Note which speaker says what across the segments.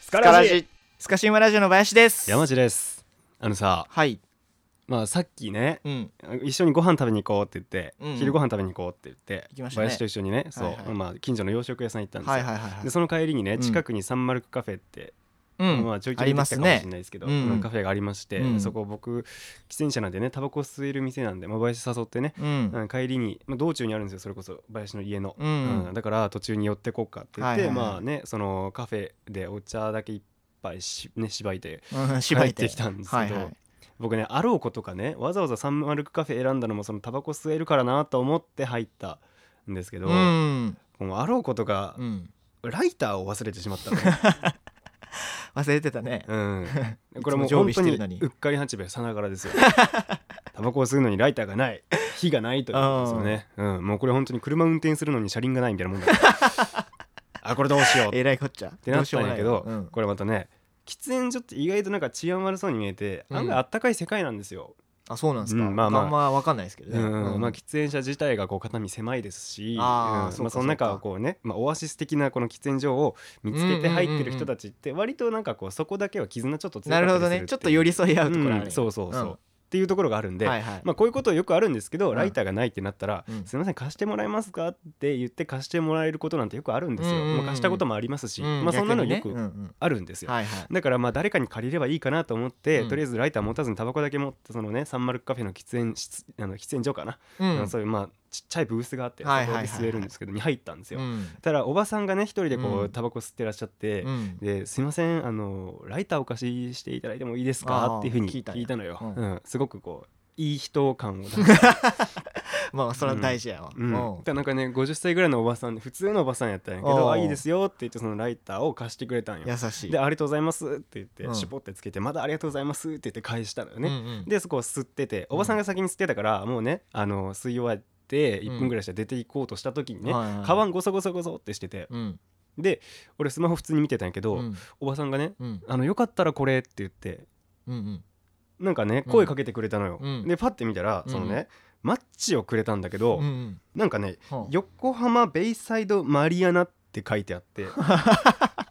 Speaker 1: スカ
Speaker 2: から
Speaker 1: ラジ
Speaker 2: じスカシウマラジオの林です
Speaker 1: 山地ですあのさ
Speaker 2: はい
Speaker 1: まあさっきね
Speaker 2: うん
Speaker 1: 一緒にご飯食べに行こうって言って、
Speaker 2: うん
Speaker 1: 昼ご飯食べに行こうって言って
Speaker 2: 行きましたね
Speaker 1: 林と一緒にねそう、
Speaker 2: はいはい
Speaker 1: まあ、近所の洋食屋さん行ったんですよ、
Speaker 2: はいはいはいはい
Speaker 1: でその帰りにね
Speaker 2: ん
Speaker 1: 近くにサンマルクカフェって、
Speaker 2: うん
Speaker 1: まあ、ちょいち
Speaker 2: あ
Speaker 1: ょい
Speaker 2: り
Speaker 1: 出
Speaker 2: ま
Speaker 1: て
Speaker 2: す
Speaker 1: きたかもしれ
Speaker 2: ね
Speaker 1: ないですけど
Speaker 2: うんうん
Speaker 1: うんカフェがありまして、
Speaker 2: うん
Speaker 1: そこ僕喫煙者なんでねタバコ吸える店なんで、まあ、林誘ってね、
Speaker 2: うん
Speaker 1: うん帰りに、まあ、道中にあるんですよそれこそ林の家の、
Speaker 2: うん
Speaker 1: だから途中に寄ってこっかって言って、
Speaker 2: はいはいはい
Speaker 1: まあねそのカフェでお茶だけ一杯し,、ね、しばいて
Speaker 2: うん
Speaker 1: 帰
Speaker 2: 縛い
Speaker 1: っててきたんですけど、
Speaker 2: はいはい
Speaker 1: 僕ねあろうことかねわざわざサンマルクカフェ選んだのもそのタバコ吸えるからなと思って入ったんですけど、
Speaker 2: うん
Speaker 1: もうあろうことか
Speaker 2: うん
Speaker 1: ライターを忘れてしまったの、
Speaker 2: 忘れてたね
Speaker 1: うん、これもう
Speaker 2: いつも
Speaker 1: 本
Speaker 2: 常備し
Speaker 1: 当
Speaker 2: て
Speaker 1: に
Speaker 2: るのに
Speaker 1: うっかり八兵衛さながらですよタバコを吸うのにライターがない火がないということですよ ね、うん、もうこれ本当に車運転するのに車輪がないみたいなもんだからあこれどうしよう
Speaker 2: えらいこっちゃっ
Speaker 1: ってなったんやけど
Speaker 2: うん
Speaker 1: これまたね喫煙所って意外となんか治安悪そうに見えて、
Speaker 2: うん
Speaker 1: 案外あったかい世界なんですよ、
Speaker 2: あそうなんですか
Speaker 1: うんまあまあ
Speaker 2: んまわかんないですけど
Speaker 1: う
Speaker 2: ね
Speaker 1: ん
Speaker 2: うん
Speaker 1: まあ、喫煙者自体がこう肩身狭いですしうん
Speaker 2: あー
Speaker 1: まあ
Speaker 2: そうか
Speaker 1: その中をこうね、まあ、オアシス的なこの喫煙所を見つけて入ってる人たちって割となんかこうそこだけは絆ちょっと強
Speaker 2: な
Speaker 1: か
Speaker 2: る
Speaker 1: ったりす
Speaker 2: ほ
Speaker 1: る
Speaker 2: ど
Speaker 1: ってい
Speaker 2: ね
Speaker 1: う
Speaker 2: ちょっと寄り添い合うところある
Speaker 1: うん
Speaker 2: ね
Speaker 1: そうそうそう、
Speaker 2: うん
Speaker 1: っていうところがあるんで、
Speaker 2: はいはい
Speaker 1: まあ、こういうことよくあるんですけど、
Speaker 2: うん
Speaker 1: ライターがないってなったら、
Speaker 2: うん
Speaker 1: すみません貸してもらえますかって言って貸してもらえることなんてよくあるんですよ、
Speaker 2: うんうんうん
Speaker 1: まあ、貸したこともありますし、
Speaker 2: うん
Speaker 1: まあ、そんなの
Speaker 2: 逆にね
Speaker 1: よく
Speaker 2: うんうん
Speaker 1: あるんですよ、
Speaker 2: はいはい
Speaker 1: だからまあ誰かに借りればいいかなと思って、
Speaker 2: うん
Speaker 1: とりあえずライター持たずにタバコだけ持ってそのねサンマルクカフェの喫煙室あの喫煙所かな、
Speaker 2: うん
Speaker 1: あのそういうまあちっちゃいブースがあってそこ
Speaker 2: はい
Speaker 1: で
Speaker 2: はいはいはい
Speaker 1: 吸えるんですけどに入ったんですよ、
Speaker 2: うん
Speaker 1: ただおばさんがね一人でこう、
Speaker 2: うん
Speaker 1: タバコ吸ってらっしゃって、
Speaker 2: うん
Speaker 1: ですいませんあのライターお貸ししていただいてもいいです
Speaker 2: あ
Speaker 1: か
Speaker 2: ー
Speaker 1: っていうふうに
Speaker 2: 聞いたんや
Speaker 1: 聞いたのよ、
Speaker 2: うん
Speaker 1: うんすごくこういい人感を 出す、
Speaker 2: まあそれは大事やわ
Speaker 1: うん、だ
Speaker 2: うん
Speaker 1: からなんかね50歳ぐらいのおばさんで普通のおばさんやったんやけ
Speaker 2: お
Speaker 1: ど
Speaker 2: う
Speaker 1: あいいですよって言ってそのライターを貸してくれたんよ
Speaker 2: 優しい
Speaker 1: でありがとうございますって言って、
Speaker 2: うん
Speaker 1: しぼってつけてまだありがとうございますって言って返したのよ
Speaker 2: うんう
Speaker 1: ね、
Speaker 2: ん
Speaker 1: でそこを吸ってておばさんが先に吸ってたから、もうねあの吸い終わって1分ぐらいして出て行こうとした時にね、
Speaker 2: はいはい
Speaker 1: カバンゴソゴソゴソってしてて
Speaker 2: うん
Speaker 1: で俺スマホ普通に見てたんやけど、
Speaker 2: うん
Speaker 1: おばさんがね
Speaker 2: うん
Speaker 1: あのよかったらこれって言って
Speaker 2: うん
Speaker 1: なんかね
Speaker 2: うん
Speaker 1: 声かけてくれたのよ、
Speaker 2: うん
Speaker 1: でパッて見たら、
Speaker 2: うん
Speaker 1: そのねマッチをくれたんだけ
Speaker 2: うん
Speaker 1: ど、
Speaker 2: うん
Speaker 1: なんかね
Speaker 2: はあ
Speaker 1: 横浜ベイサイドマリアナって書いてあって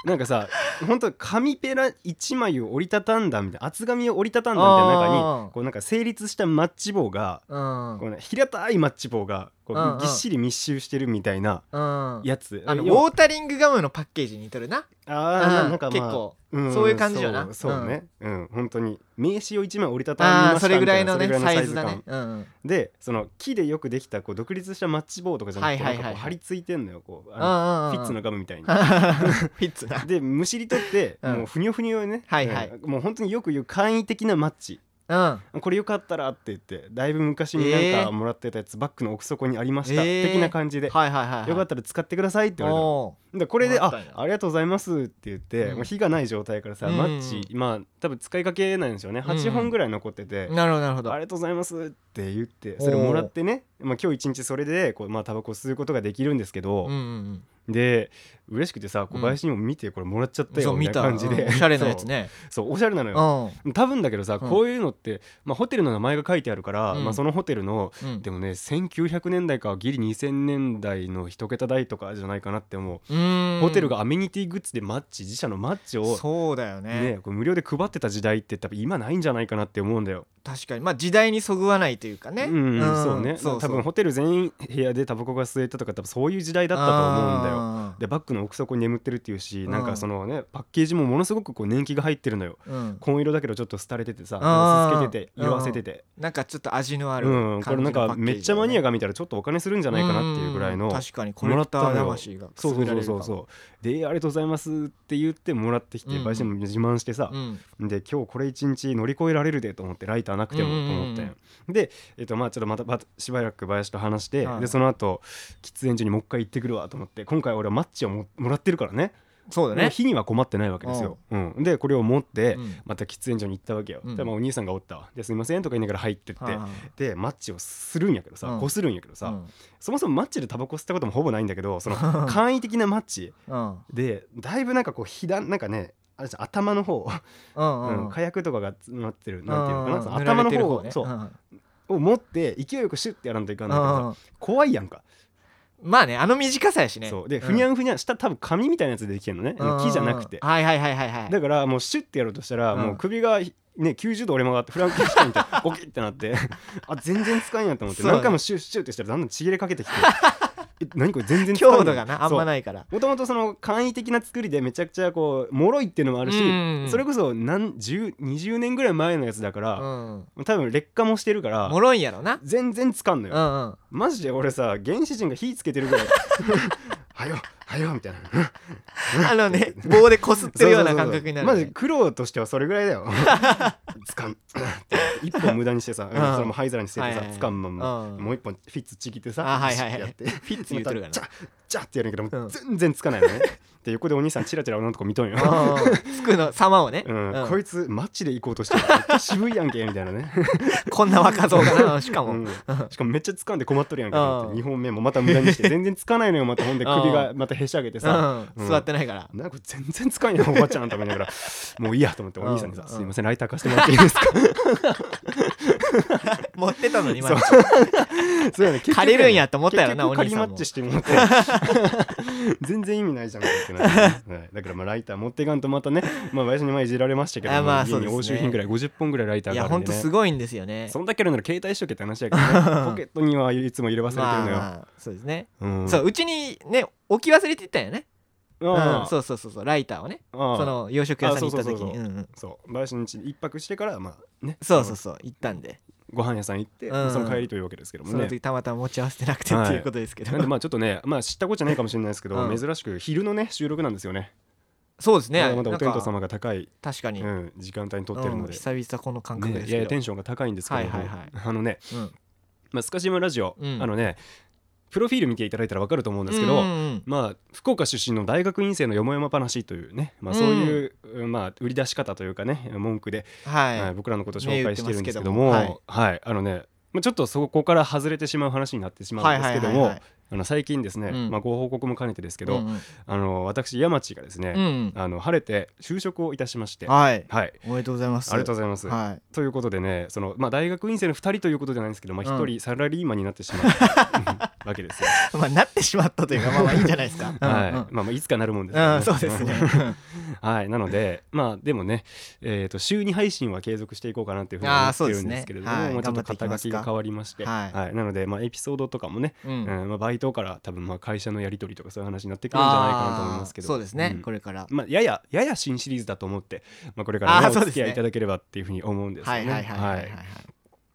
Speaker 1: なんかさほんと紙ペラ1枚を折りたたんだみたいな厚紙を折りたたんだみたいな中
Speaker 2: あ
Speaker 1: に
Speaker 2: ー
Speaker 1: こうなんか成立したマッチ棒が
Speaker 2: うん
Speaker 1: こう、ね、平たいマッチ棒がこ
Speaker 2: うんう
Speaker 1: うんぎっしり密集してるみたいな
Speaker 2: うん
Speaker 1: やつ
Speaker 2: あのウ
Speaker 1: 要は
Speaker 2: ォータリングガムのパッケージに似てるな。
Speaker 1: あーななんか
Speaker 2: 結
Speaker 1: まあ
Speaker 2: 構。
Speaker 1: ん
Speaker 2: そういう感じよな
Speaker 1: そうそうねうん本当に名刺を1枚折りたたみま
Speaker 2: あ
Speaker 1: し
Speaker 2: あ、
Speaker 1: た
Speaker 2: それぐらいのね
Speaker 1: みた、
Speaker 2: サ
Speaker 1: な
Speaker 2: イ
Speaker 1: そ
Speaker 2: ズ
Speaker 1: れぐら
Speaker 2: だ
Speaker 1: いの
Speaker 2: ね。うん
Speaker 1: でその木でよくできたこう独立したマッチ棒とかじゃなくて
Speaker 2: は
Speaker 1: ないん
Speaker 2: はい
Speaker 1: か
Speaker 2: はいはい
Speaker 1: こう張り付いてんのよこう
Speaker 2: うん。
Speaker 1: あの
Speaker 2: あ
Speaker 1: フィッツの。ガムみたいに
Speaker 2: フィッツな。
Speaker 1: でむしり取って、
Speaker 2: うん
Speaker 1: もうふにょふにょよね、
Speaker 2: はいはい
Speaker 1: うんもう本当によく言う簡易的なマッチ
Speaker 2: うん。
Speaker 1: これよかったらって言ってだいぶ昔に
Speaker 2: え
Speaker 1: なん
Speaker 2: ー
Speaker 1: かもらってたやつ、バッグの奥底にありました、
Speaker 2: えー
Speaker 1: 的な感じで、
Speaker 2: はいはいはいはい。
Speaker 1: よかったたら使ってくださいって言われたの
Speaker 2: お
Speaker 1: でこれで「
Speaker 2: もら
Speaker 1: あ
Speaker 2: ったんや
Speaker 1: ありがとうございます」って言って、
Speaker 2: うん
Speaker 1: もう火がない状態からさ、
Speaker 2: うん
Speaker 1: マッチまあ多分使いかけないんですよね8本ぐらい残ってて、
Speaker 2: ーなるほどなるほ
Speaker 1: あ
Speaker 2: ど
Speaker 1: り。がとうございますって言ってそれもらってね、まあ、今日一日それでこう、まあ、タバコ吸うことができるんですけど、
Speaker 2: うんうん
Speaker 1: で嬉しくてさ小林にも見てこれもらっちゃっ
Speaker 2: う
Speaker 1: た
Speaker 2: ん。そ
Speaker 1: よ
Speaker 2: う
Speaker 1: み
Speaker 2: 見
Speaker 1: たいな
Speaker 2: た。
Speaker 1: 感じで、
Speaker 2: うんおしゃれなやつね。
Speaker 1: そうそうおしゃれなの
Speaker 2: う
Speaker 1: よ、
Speaker 2: ん。うん
Speaker 1: 多分だけどさ
Speaker 2: うん
Speaker 1: こういうのって、まあ、ホテルの名前が書いてあるから、
Speaker 2: うん
Speaker 1: まあ、そのホテルのでもね1900年代かギリ2000年代の一桁台とかじゃないかなって思う、
Speaker 2: うん。
Speaker 1: ホテルがアメニティグッズでマッチ自社のマッチを、
Speaker 2: そうだよね
Speaker 1: ね、これ無料で配ってた時代って多分今ないんじゃないかなって思うんだよ。
Speaker 2: 確かにまあ時代にそぐわないというかね
Speaker 1: うん、そうね
Speaker 2: そう
Speaker 1: 多分ホテル全員部屋でタバコが吸えたとか多分そういう時代だったと思うんだよ。
Speaker 2: よ
Speaker 1: でバッグの奥底に眠ってるっていうし、
Speaker 2: うん
Speaker 1: なんかそのねパッケージもものすごくこう年季が入ってるのよ
Speaker 2: うん
Speaker 1: 紺色だけどちょっと廃れててさ
Speaker 2: あー
Speaker 1: すすけてて色あせてて
Speaker 2: なんかちょっと味のある
Speaker 1: うんこれなんかめっちゃマニア
Speaker 2: が
Speaker 1: が見たらちょっとお金するんじゃないかなっていうぐらいの
Speaker 2: ん確かにコレクター魂がくす
Speaker 1: そうそ
Speaker 2: ぐ
Speaker 1: う
Speaker 2: ら
Speaker 1: そ
Speaker 2: れる
Speaker 1: う
Speaker 2: か
Speaker 1: そ
Speaker 2: も
Speaker 1: うそうでありがとうございますって言ってもらってきて
Speaker 2: うん
Speaker 1: 焙煎も自慢してさ、
Speaker 2: うん
Speaker 1: で今日これ一日乗り越えられるでと思ってライターなくてもと思ったよ、
Speaker 2: うんうん
Speaker 1: で、えっとまあ、ちょっとまたばしばらく林と話して、
Speaker 2: はい
Speaker 1: でその後喫煙所にもう一回行ってくるわと思って今回俺はマッチをももらってるからね
Speaker 2: そうだね
Speaker 1: 火には困ってないわけですよ、うん、でこれを持って、
Speaker 2: うん
Speaker 1: また喫煙所に行ったわけよ、
Speaker 2: うん
Speaker 1: でまあお兄さんがおったわですいませんとか言いながら入ってって、
Speaker 2: は
Speaker 1: でマッチをするんやけどさ、
Speaker 2: うん
Speaker 1: こするんやけどさ、
Speaker 2: あ
Speaker 1: そもそもマッチでタバコ吸ったこともほぼないんだけどその簡易的なマッチ
Speaker 2: うん
Speaker 1: でだいぶなんかこう左なんかねあれじゃん頭の方
Speaker 2: うんうん
Speaker 1: うん、火薬とかが詰まってるなんていうのか
Speaker 2: う
Speaker 1: なんその
Speaker 2: 塗ら
Speaker 1: 頭
Speaker 2: れ
Speaker 1: の
Speaker 2: てる
Speaker 1: 方を
Speaker 2: ね
Speaker 1: そううんを持って勢いよくシュッてやらんといかんだけどさ怖いやんか
Speaker 2: まあねあの短さやしね
Speaker 1: そうでふにゃんふにゃん下多分紙みたいなやつでできてるのね
Speaker 2: うん
Speaker 1: 木じゃなくて
Speaker 2: はいはいはいはいはい
Speaker 1: だからもうシュッてやろうとしたら
Speaker 2: うん
Speaker 1: もう首がね90度折れ曲がってフランケンシュタインみたいにゴキってなって あ全然使えんやと思って
Speaker 2: そうね
Speaker 1: 何回もシュッシュッってしたらだんだんちぎれかけて きてえ何これ全然使えん
Speaker 2: 強度がなあんま
Speaker 1: い
Speaker 2: ないから
Speaker 1: もともとその簡易的な作りでめちゃくちゃこう脆いっていうのもあるし
Speaker 2: うん
Speaker 1: それこそ何10 20年ぐらい前のやつだか
Speaker 2: う
Speaker 1: ら
Speaker 2: ん
Speaker 1: 多分劣化もしてるから
Speaker 2: もろいんやろな
Speaker 1: 全然つかんの
Speaker 2: う
Speaker 1: よ
Speaker 2: んうん
Speaker 1: マジで俺さ原始人が火つけてるぐらい はよはよみたいな
Speaker 2: あのね棒でこすってるような感覚になるね、
Speaker 1: マジ苦労としてはそれぐらい だよつかんって一本無駄にしてさ、
Speaker 2: うん
Speaker 1: それも灰皿に捨ててさ、
Speaker 2: はいはい
Speaker 1: つかんまんま、
Speaker 2: うん
Speaker 1: もう一本フィッツちぎってさ
Speaker 2: あはいはいはい
Speaker 1: やってフィッ
Speaker 2: ツ言うとるがな
Speaker 1: チャッチャッってやるんやけど、
Speaker 2: う
Speaker 1: も
Speaker 2: ん
Speaker 1: 全然つかないのねで横でお兄さんチラチラ女のとこ見とん よ、
Speaker 2: うんうんつくの様をね、
Speaker 1: うん
Speaker 2: うん
Speaker 1: こいつマッチで行こうとしてるめっちゃ渋いやんけみたいなね、
Speaker 2: こんな若造が なしかも、
Speaker 1: うんしかもめっちゃつかんで困っとるやんけ、
Speaker 2: うん
Speaker 1: 2本目もまた無駄にして全然つかないのよまたほんで首がまたへし上げてさ、
Speaker 2: う、
Speaker 1: うんん
Speaker 2: 座ってないから、
Speaker 1: なんか全然使えないおばちゃんと思い ながらもういいやと思ってお兄さんにさ
Speaker 2: う
Speaker 1: 「
Speaker 2: ん
Speaker 1: すいませんライター貸してもらっていいですか?」
Speaker 2: 持ってたのに今
Speaker 1: そう そうやね結局
Speaker 2: 借りるんやと思ったよな
Speaker 1: 結局
Speaker 2: お兄さんも
Speaker 1: 仮マッチしてもらって 全然意味ないじゃんかってなってねはいだからまあライター持っていかんとまたねまあ最初に前いじられましたけど
Speaker 2: あまあ
Speaker 1: 家に
Speaker 2: そう
Speaker 1: 押
Speaker 2: ですね
Speaker 1: 収品ぐらい50本ぐらいライター
Speaker 2: い
Speaker 1: が
Speaker 2: や
Speaker 1: ある
Speaker 2: ほん
Speaker 1: んで
Speaker 2: と
Speaker 1: ね
Speaker 2: すごいんですよね
Speaker 1: そんだけあるなら携帯しとけって話やけど ねポケットにはいつも入れ忘れてるのよ
Speaker 2: まあ、そうですね、
Speaker 1: うん
Speaker 2: そううちにね置き忘れてたよね、うん
Speaker 1: ああ
Speaker 2: そうそうそうそうライターをね
Speaker 1: ああ
Speaker 2: その洋食屋さんに行った時
Speaker 1: あそう
Speaker 2: に
Speaker 1: そうそう
Speaker 2: うんうん
Speaker 1: そう林の家に一泊してからまあね
Speaker 2: そうそうそう行ったんで
Speaker 1: ご飯屋さん行って
Speaker 2: うん
Speaker 1: その帰りというわけですけども
Speaker 2: その
Speaker 1: ね
Speaker 2: 時たまたま持ち合わせてなくてっていうことですけど、
Speaker 1: なんでまあちょっとね、まあ知ったことじゃないかもしれないですけど、
Speaker 2: うん
Speaker 1: 珍しく昼のね収録なんですよね。
Speaker 2: そうですね
Speaker 1: まだまだお天道
Speaker 2: なんか
Speaker 1: 様が高い、
Speaker 2: 確かに、
Speaker 1: うん、時間帯に撮ってるの
Speaker 2: うん
Speaker 1: で、
Speaker 2: 久々この感覚
Speaker 1: ね
Speaker 2: で、す
Speaker 1: いやい
Speaker 2: け
Speaker 1: や
Speaker 2: ど、
Speaker 1: テンションが高いんですけども、
Speaker 2: はいはいはい
Speaker 1: あのね、
Speaker 2: うん
Speaker 1: まあスカジマラジオ、
Speaker 2: うん
Speaker 1: あのね、プロフィール見ていただいたらわかると思うんですけど。
Speaker 2: うんうんうん
Speaker 1: まあ、福岡出身の大学院生のよもやま話というね、まあ、そういう、うんまあ、売り出し方というかね文句で、
Speaker 2: はい、
Speaker 1: はい僕らのことを紹介してるんですけ
Speaker 2: ね
Speaker 1: ども
Speaker 2: 言ってます
Speaker 1: はいあのね、まあ、ちょっとそこから外れてしまう話になってしまうんですけども、
Speaker 2: はいはいはいはい
Speaker 1: あの最近ですね、
Speaker 2: うん
Speaker 1: まあ、ご報告も兼ねてですけど、
Speaker 2: うんうん
Speaker 1: あの私山地がですね、
Speaker 2: うん
Speaker 1: あの晴れて就職をいたしまして、はい
Speaker 2: はいおめでとうございます
Speaker 1: ありがとう
Speaker 2: ご
Speaker 1: ございます。
Speaker 2: はい
Speaker 1: ということでねその、まあ、大学院生の2人ということじゃないんですけど、ま
Speaker 2: う
Speaker 1: あ、
Speaker 2: ん
Speaker 1: 1人サラリーマンになってしまった、わけですよ。
Speaker 2: まあなってしまったというかまあまあいいんじゃないですか
Speaker 1: は
Speaker 2: う
Speaker 1: い
Speaker 2: ん
Speaker 1: まあ、まあいつかなるもんです
Speaker 2: うんうんそうですね
Speaker 1: はい、なので、まあ、でもね、えー、と週2配信は継続していこうかなっていうふうに思
Speaker 2: あー
Speaker 1: ってるんですけれども、
Speaker 2: そうですねはい
Speaker 1: まあちょっと
Speaker 2: 頑張っていき
Speaker 1: 肩
Speaker 2: ま
Speaker 1: 書
Speaker 2: す
Speaker 1: き
Speaker 2: か
Speaker 1: が変わりまして、
Speaker 2: はい
Speaker 1: なので、まあ、エピソードとかもね、
Speaker 2: うん
Speaker 1: うんまあ、バイトから多分まあ会社のやり取りとかそういう話になってくるんじゃないかなと思いますけ
Speaker 2: あー
Speaker 1: ど
Speaker 2: そうですね
Speaker 1: ん
Speaker 2: これから
Speaker 1: まあ、やややや新シリーズだと思って、まあ、これから、ね
Speaker 2: あーそう
Speaker 1: お
Speaker 2: で
Speaker 1: 付
Speaker 2: す
Speaker 1: き
Speaker 2: ね
Speaker 1: 合いいただければっていうふうに思うんですよ
Speaker 2: はい
Speaker 1: ね。
Speaker 2: はいはいはいはい
Speaker 1: は
Speaker 2: はいい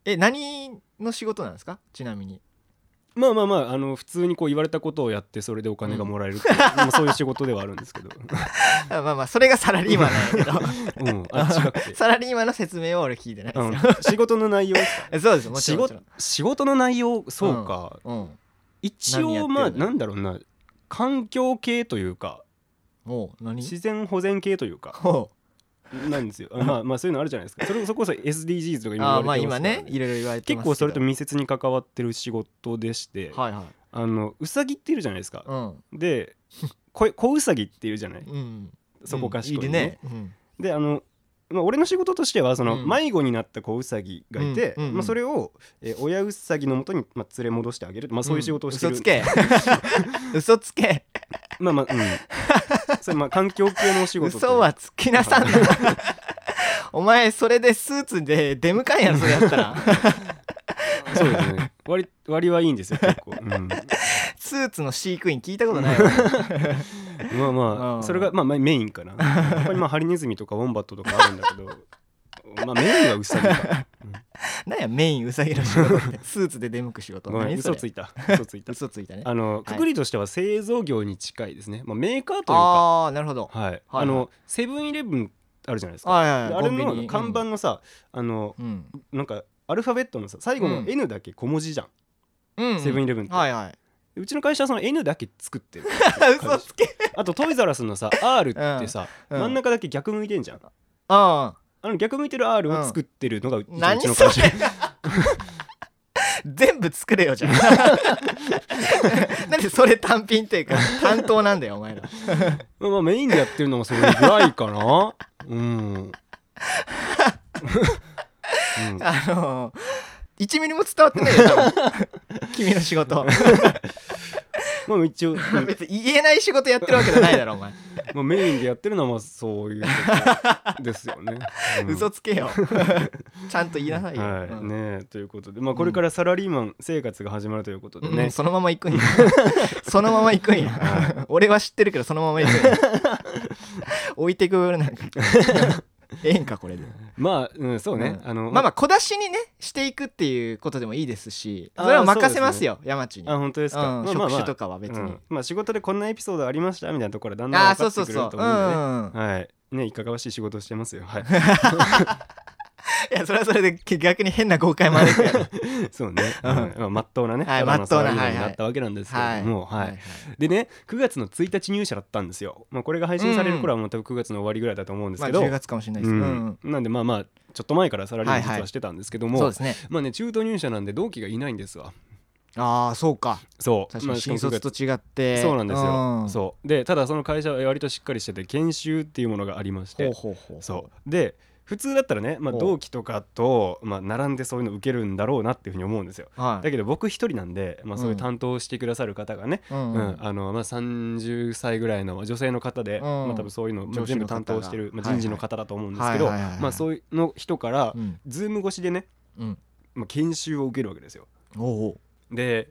Speaker 2: え何の仕事なんですかちなみに
Speaker 1: まあまあまああの普通にこう言われたことをやってそれでお金がもらえるっていう、まあそういう仕事ではある んですけど、
Speaker 2: あまあまあそれがサラリーマンなん やけど
Speaker 1: うん、あ違くて、
Speaker 2: サラリーマンの説明は俺聞いてないで
Speaker 1: う
Speaker 2: す
Speaker 1: ん
Speaker 2: よ、、
Speaker 1: 仕事の内容ですか
Speaker 2: そうですもち
Speaker 1: 仕
Speaker 2: ろんもちろ
Speaker 1: 事
Speaker 2: ん
Speaker 1: 仕事の内容そうか、
Speaker 2: うん
Speaker 1: 一
Speaker 2: 何やって
Speaker 1: 応
Speaker 2: るの
Speaker 1: まあなんだろうな環境系というか
Speaker 2: おう何
Speaker 1: 自然保全系というか
Speaker 2: おう
Speaker 1: なんですよあまあまあそういうのあるじゃないですかそれそこそ SDGs とか
Speaker 2: あー
Speaker 1: 今言
Speaker 2: ま
Speaker 1: わ
Speaker 2: あ
Speaker 1: れて
Speaker 2: 今
Speaker 1: ますから
Speaker 2: ねいろいろ言われてま
Speaker 1: 結
Speaker 2: す
Speaker 1: 構それと
Speaker 2: 見
Speaker 1: 密接に関わってる仕事でして
Speaker 2: はいはい
Speaker 1: あのうさぎっているじゃないですか
Speaker 2: うん
Speaker 1: でこ子うさぎっているじゃない
Speaker 2: うん
Speaker 1: そこかし
Speaker 2: い
Speaker 1: こ
Speaker 2: る
Speaker 1: に
Speaker 2: ね
Speaker 1: ね。
Speaker 2: うん
Speaker 1: であのまあ、俺の仕事としてはそ
Speaker 2: う
Speaker 1: の
Speaker 2: ん
Speaker 1: 迷子になった子うさぎがいて、
Speaker 2: うんうんうん
Speaker 1: まあ、それを、えー親うさぎのもとに、まあ、連れ戻してあげる、まあ、そういう仕事をしてる、
Speaker 2: うん嘘つ け嘘つけ
Speaker 1: まあまあ、うん。それまあ環境系のお仕事という
Speaker 2: 嘘はつきなさんな お前それでスーツで出迎えやろそれやった ら
Speaker 1: そうですね。割割はいいんですよ結構。うん、
Speaker 2: スーツの飼育員聞いたことないわ
Speaker 1: まあ
Speaker 2: う
Speaker 1: ま
Speaker 2: ん
Speaker 1: あそれがまあまあメインかな。やっぱりまあハリネズミとかウォンバットとかあるんだけど。まあメインはウサギか。
Speaker 2: なんやメインウサギの仕事ってスーツで出向く仕事
Speaker 1: ごめん
Speaker 2: 何そ
Speaker 1: 嘘
Speaker 2: れ
Speaker 1: ついた嘘ついた。
Speaker 2: 嘘ついたね
Speaker 1: あの
Speaker 2: い
Speaker 1: くくりとしては製造業に近いですね。まあメーカーというか。
Speaker 2: ああなるほど
Speaker 1: はい。
Speaker 2: はい
Speaker 1: あのセブンイレブンあるじゃないですか。
Speaker 2: はいはい
Speaker 1: あ
Speaker 2: コ
Speaker 1: れ
Speaker 2: ンビニ
Speaker 1: の看板のさ、あの
Speaker 2: うん
Speaker 1: なんかアルファベットのさ最後
Speaker 2: う
Speaker 1: の
Speaker 2: ん
Speaker 1: N だけ小文字じゃん。
Speaker 2: うん
Speaker 1: セブンイレブンって。
Speaker 2: はいはい
Speaker 1: うちの会社はその N だけ作ってる。
Speaker 2: 嘘つけ
Speaker 1: あとトイザらス のさ R ってさ、
Speaker 2: うん
Speaker 1: 真ん中だけ逆向いてんじゃん
Speaker 2: あ
Speaker 1: あの逆向いてる R を作ってるのがうち
Speaker 2: ん何
Speaker 1: うちの
Speaker 2: それ
Speaker 1: 会社
Speaker 2: 全部作れよじゃん なんでそれ単品っていうか担当なんだよお前ら
Speaker 1: まあまあメインでやってるのもそれぐらいかなうん うん
Speaker 2: あのー1ミリも伝わってないよ多分君の仕事
Speaker 1: まあ一応、うん
Speaker 2: 別に言えない仕事やってるわけじゃないだ ろお前、
Speaker 1: まあ、メインでやってるのはまあそういうことです よね。うん
Speaker 2: 嘘つ けよちゃんと言いなさいよ、
Speaker 1: は
Speaker 2: う
Speaker 1: い
Speaker 2: ん
Speaker 1: ねえということで、まあ、これからサラリーマン生活が始まるということで
Speaker 2: うん
Speaker 1: ね、
Speaker 2: そのまま行く んやそのまま行くん
Speaker 1: は
Speaker 2: や俺は知ってるけどそのまま行くん や置いてくるなんかええんかこれで
Speaker 1: まあ、うん、そうね、
Speaker 2: うん
Speaker 1: あの
Speaker 2: まあまあ小出しにねしていくっていうことでもいいですし
Speaker 1: あー
Speaker 2: それは任せますよ山地に
Speaker 1: あ本当ですか、
Speaker 2: うん
Speaker 1: まあまあ
Speaker 2: 職
Speaker 1: ま
Speaker 2: 種
Speaker 1: あ
Speaker 2: とかは別に、
Speaker 1: うんまあ、仕事でこんなエピソードありましたみたいなところはだんだん
Speaker 2: ああ
Speaker 1: 分か
Speaker 2: そう
Speaker 1: って
Speaker 2: そうそ
Speaker 1: くれると思
Speaker 2: う
Speaker 1: うん
Speaker 2: う
Speaker 1: で
Speaker 2: んうん
Speaker 1: ね。
Speaker 2: うん
Speaker 1: はいね、いかがわしい仕事をしてますよ。 はい、
Speaker 2: いやそれはそれで逆に変な誤解もあるけど
Speaker 1: そうね、
Speaker 2: う
Speaker 1: うんんまあ、まっとうなね、
Speaker 2: はい
Speaker 1: ただの
Speaker 2: まっとうな
Speaker 1: サラ
Speaker 2: はいは
Speaker 1: リーマンに
Speaker 2: い
Speaker 1: なったわけなんですけれども、はい
Speaker 2: はい
Speaker 1: でね、9月の1日入社だったんですよ。まあ、これが配信される頃はもう多分9月の終わりぐらいだと思うんです
Speaker 2: まあ
Speaker 1: けど、
Speaker 2: 10月かもしれないです
Speaker 1: う
Speaker 2: ね、
Speaker 1: んなんでまあまあちょっと前からサラリーマン
Speaker 2: は
Speaker 1: 実
Speaker 2: いは
Speaker 1: はいしてたんですけど
Speaker 2: う
Speaker 1: も、
Speaker 2: んそうですね
Speaker 1: まあね中途入社なんで同期がいないんですわ。
Speaker 2: ああそうか
Speaker 1: そう、
Speaker 2: 確か
Speaker 1: まあ
Speaker 2: に
Speaker 1: しかも
Speaker 2: 新
Speaker 1: 9
Speaker 2: 卒
Speaker 1: 月
Speaker 2: と違って
Speaker 1: そうなんですよ。
Speaker 2: ん
Speaker 1: そうでただその会社は割としっかりしてて研修っていうものがありまして
Speaker 2: ほう、ほうほう
Speaker 1: そうで普通だったらね、まあ、
Speaker 2: ほう
Speaker 1: 同期とかと、まあ、並んでそういうの受けるんだろうなっていうふうに思うんですよ。
Speaker 2: はい
Speaker 1: だけど僕一人なんで、まあ、そういううん担当してくださる方がね、
Speaker 2: うん
Speaker 1: うんあのまあ、30歳ぐらいの女性の方で、
Speaker 2: ん
Speaker 1: まあ、多分そういうの、まあ、
Speaker 2: 上司
Speaker 1: 全部
Speaker 2: の方が
Speaker 1: 担当してる、まあ、
Speaker 2: はいは
Speaker 1: 人
Speaker 2: い
Speaker 1: 事の方だと思うんですけど
Speaker 2: はいはいはいはい
Speaker 1: まあそういうの人から、
Speaker 2: うん
Speaker 1: ズーム越しでね、
Speaker 2: うん
Speaker 1: まあ、研修を受けるわけですよ。
Speaker 2: おうおう
Speaker 1: で、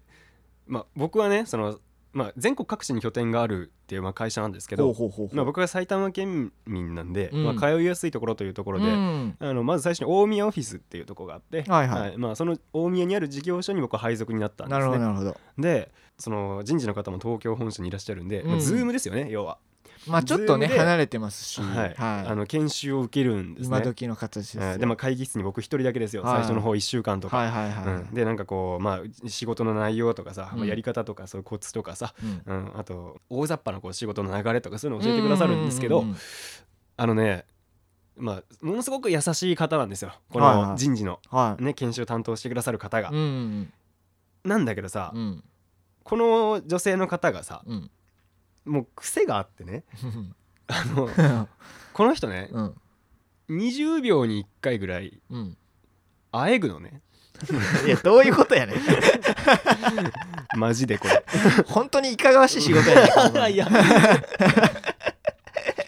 Speaker 1: まあ、僕はねその、まあ、全国各地に拠点があるっていうまあ会社なんですけ
Speaker 2: ほう
Speaker 1: ど、
Speaker 2: ほうほうほう
Speaker 1: まあ、僕は埼玉県民なんで、
Speaker 2: うん
Speaker 1: まあ、通いやすいところというところで、
Speaker 2: うん
Speaker 1: あのまず最初に大宮オフィスっていうところがあって、
Speaker 2: はいはい
Speaker 1: まあ、その大宮にある事業所に僕は配属になったんで
Speaker 2: なる
Speaker 1: す
Speaker 2: ほど
Speaker 1: ね。
Speaker 2: なるほど
Speaker 1: でその人事の方も東京本社にいらっしゃるんで、まあ
Speaker 2: うん
Speaker 1: ズームですよね要は、
Speaker 2: まあちょっとね
Speaker 1: Zoom で
Speaker 2: 離れてますし
Speaker 1: はいあの研修を受けるんですね。
Speaker 2: 今時の形ですよ
Speaker 1: はいでまあ会議室に僕一人だけですよ、
Speaker 2: はい
Speaker 1: 最初の方1週間とか。
Speaker 2: はいはいはい
Speaker 1: うんでなんかこう、まあ、仕事の内容とかさ、ま
Speaker 2: う
Speaker 1: あ、
Speaker 2: ん
Speaker 1: やり方とかそういうコツとかさ、
Speaker 2: うん
Speaker 1: うん、あと大雑把なこう仕事の流れとかそういうの教えてくださるんですけど、
Speaker 2: ううん
Speaker 1: あのねまあものすごく優しい方なんですよこ
Speaker 2: はいは
Speaker 1: の
Speaker 2: い
Speaker 1: 人事の、
Speaker 2: はい
Speaker 1: ね、研修担当してくださる方が。
Speaker 2: うん
Speaker 1: なんだけどさ、
Speaker 2: うん
Speaker 1: この女性の方がさ
Speaker 2: うん
Speaker 1: もう癖があってね
Speaker 2: うん
Speaker 1: あの
Speaker 2: う
Speaker 1: この人ね、
Speaker 2: ん
Speaker 1: 20秒に1回ぐらい
Speaker 2: うん
Speaker 1: あえぐのね
Speaker 2: いやどういうことやねん
Speaker 1: マジでこれ
Speaker 2: 本当にいかがわ しい仕事やねんお前
Speaker 1: いや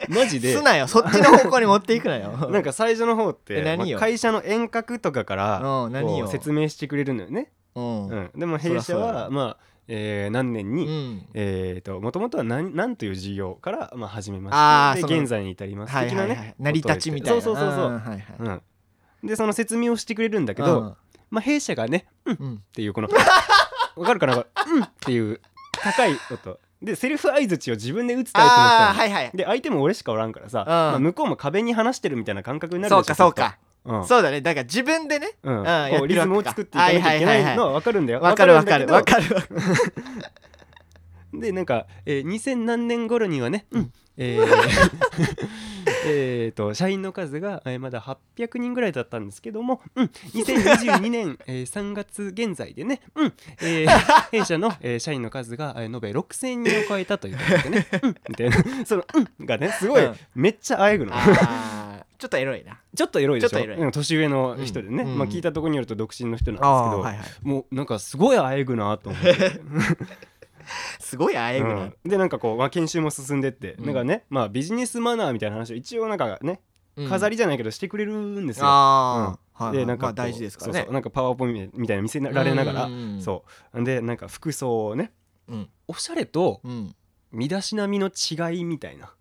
Speaker 1: マジです
Speaker 2: なよそっちの方向に持っていくなよ
Speaker 1: なんか最初の方って、
Speaker 2: え何よ
Speaker 1: まあ会社の遠隔とかから
Speaker 2: うん何
Speaker 1: こ
Speaker 2: よ
Speaker 1: う説明してくれるのよね、
Speaker 2: うん
Speaker 1: うんでも弊社
Speaker 2: そらそう
Speaker 1: は
Speaker 2: だ
Speaker 1: まあ、えー何年に、
Speaker 2: うん
Speaker 1: えー、ともともとは何何という事業から、まあ、始め
Speaker 2: あ
Speaker 1: ま
Speaker 2: ー
Speaker 1: して
Speaker 2: そ
Speaker 1: で
Speaker 2: の
Speaker 1: 現在に至ります
Speaker 2: はい
Speaker 1: 的
Speaker 2: は
Speaker 1: ないね、
Speaker 2: はい成り立ちみたいな
Speaker 1: そうそうそうそう
Speaker 2: うんはいはい
Speaker 1: うんでその説明をしてくれるんだけど、まあ、弊社がね「うん」っ
Speaker 2: うんうん
Speaker 1: ていうこの わかるかなこれうん」っていう高い音でセルフ相槌を自分で打つタイプの人な
Speaker 2: ああ
Speaker 1: の
Speaker 2: はいはい
Speaker 1: で相手も俺しかおらんからさ、
Speaker 2: ん
Speaker 1: まあ、向こうも壁に話してるみたいな感覚になるで
Speaker 2: そ
Speaker 1: しょ
Speaker 2: うかそうか
Speaker 1: うん
Speaker 2: そうだねだから自分でね
Speaker 1: うん
Speaker 2: んやってるわけ
Speaker 1: こう
Speaker 2: か
Speaker 1: リズムを作っていかなきゃいけないのは分かるんだよ
Speaker 2: わかるわかる
Speaker 1: 分
Speaker 2: わ
Speaker 1: かる
Speaker 2: かるわかる
Speaker 1: んだけどでなんか、えー、2000何年頃にはね、うんえ ーえーと社員の数が、えーまだ800人ぐらいだったんですけども、 うん、2022年、えー3月現在でね、うんえ ー弊社の、えー社員の数が、えー延べ6000人を超えたということで ね、うん、みたいなその「うん」がねすごい、
Speaker 2: うん
Speaker 1: めっちゃあえぐの。
Speaker 2: あーちょっとエロいな
Speaker 1: ちょっとエロいでしょ
Speaker 2: ちょっとエロい
Speaker 1: うん年上の人でね、
Speaker 2: うん
Speaker 1: まあ、
Speaker 2: うん
Speaker 1: 聞いたところによると独身の人なんですけど、
Speaker 2: あーはいはい
Speaker 1: もうなんかすごいあえぐなと思って、
Speaker 2: すごいあえぐ
Speaker 1: う
Speaker 2: なん
Speaker 1: でなんかこう、まあ、研修も進んでって、
Speaker 2: うん
Speaker 1: なんかね、まあ、ビジネスマナーみたいな話を一応なんかね、
Speaker 2: うん
Speaker 1: 飾りじゃないけどしてくれるんですよ。
Speaker 2: ああ
Speaker 1: うん
Speaker 2: はいはいま
Speaker 1: こ
Speaker 2: あ
Speaker 1: う
Speaker 2: 大事ですからね
Speaker 1: そうそうなんかパワーポイントみたいなの見せられながら、
Speaker 2: うん
Speaker 1: そうでなんか服装をね
Speaker 2: うん
Speaker 1: おしゃれと
Speaker 2: うん
Speaker 1: 身だしなみの違いみたいな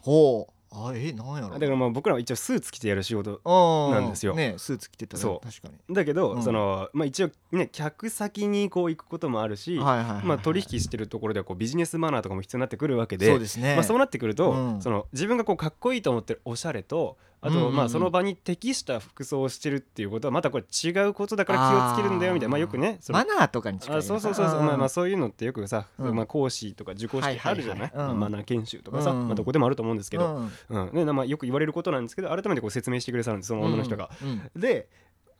Speaker 2: ほうあえなんやろ
Speaker 1: だからまあ僕らは一応スーツ着てやる仕事
Speaker 2: な
Speaker 1: なんですよ
Speaker 2: ねスーツ着てたね
Speaker 1: そう
Speaker 2: 確かに
Speaker 1: だけど、
Speaker 2: うん
Speaker 1: そのまあ、一応ね客先にこう行くこともあるし、
Speaker 2: はいはいはいはい
Speaker 1: まあ、取引してるところではこうビジネスマナーとかも必要になってくるわけで
Speaker 2: そうですね
Speaker 1: まあ、そうなってくると、
Speaker 2: うん
Speaker 1: その自分がこうかっこいいと思ってるおしゃれとあと、
Speaker 2: うんうんうん
Speaker 1: まあ、その場に適した服装をしてるっていうことはまたこれ違うことだから気をつけるんだよみたいなまあ、よくねその
Speaker 2: マナーとかに近い
Speaker 1: あそうそうそうそうまあまあそういうのってよくさ、
Speaker 2: うん
Speaker 1: まあ、講師とか受講師ってあるじゃない,、
Speaker 2: はいはいはいうん
Speaker 1: マナー研修とかさ、
Speaker 2: うん
Speaker 1: まあ、どこでもあると思うんですけど、
Speaker 2: うん
Speaker 1: うんねまあ、よく言われることなんですけど改めてこう説明してくれたんですその女の人が。
Speaker 2: うんうん
Speaker 1: で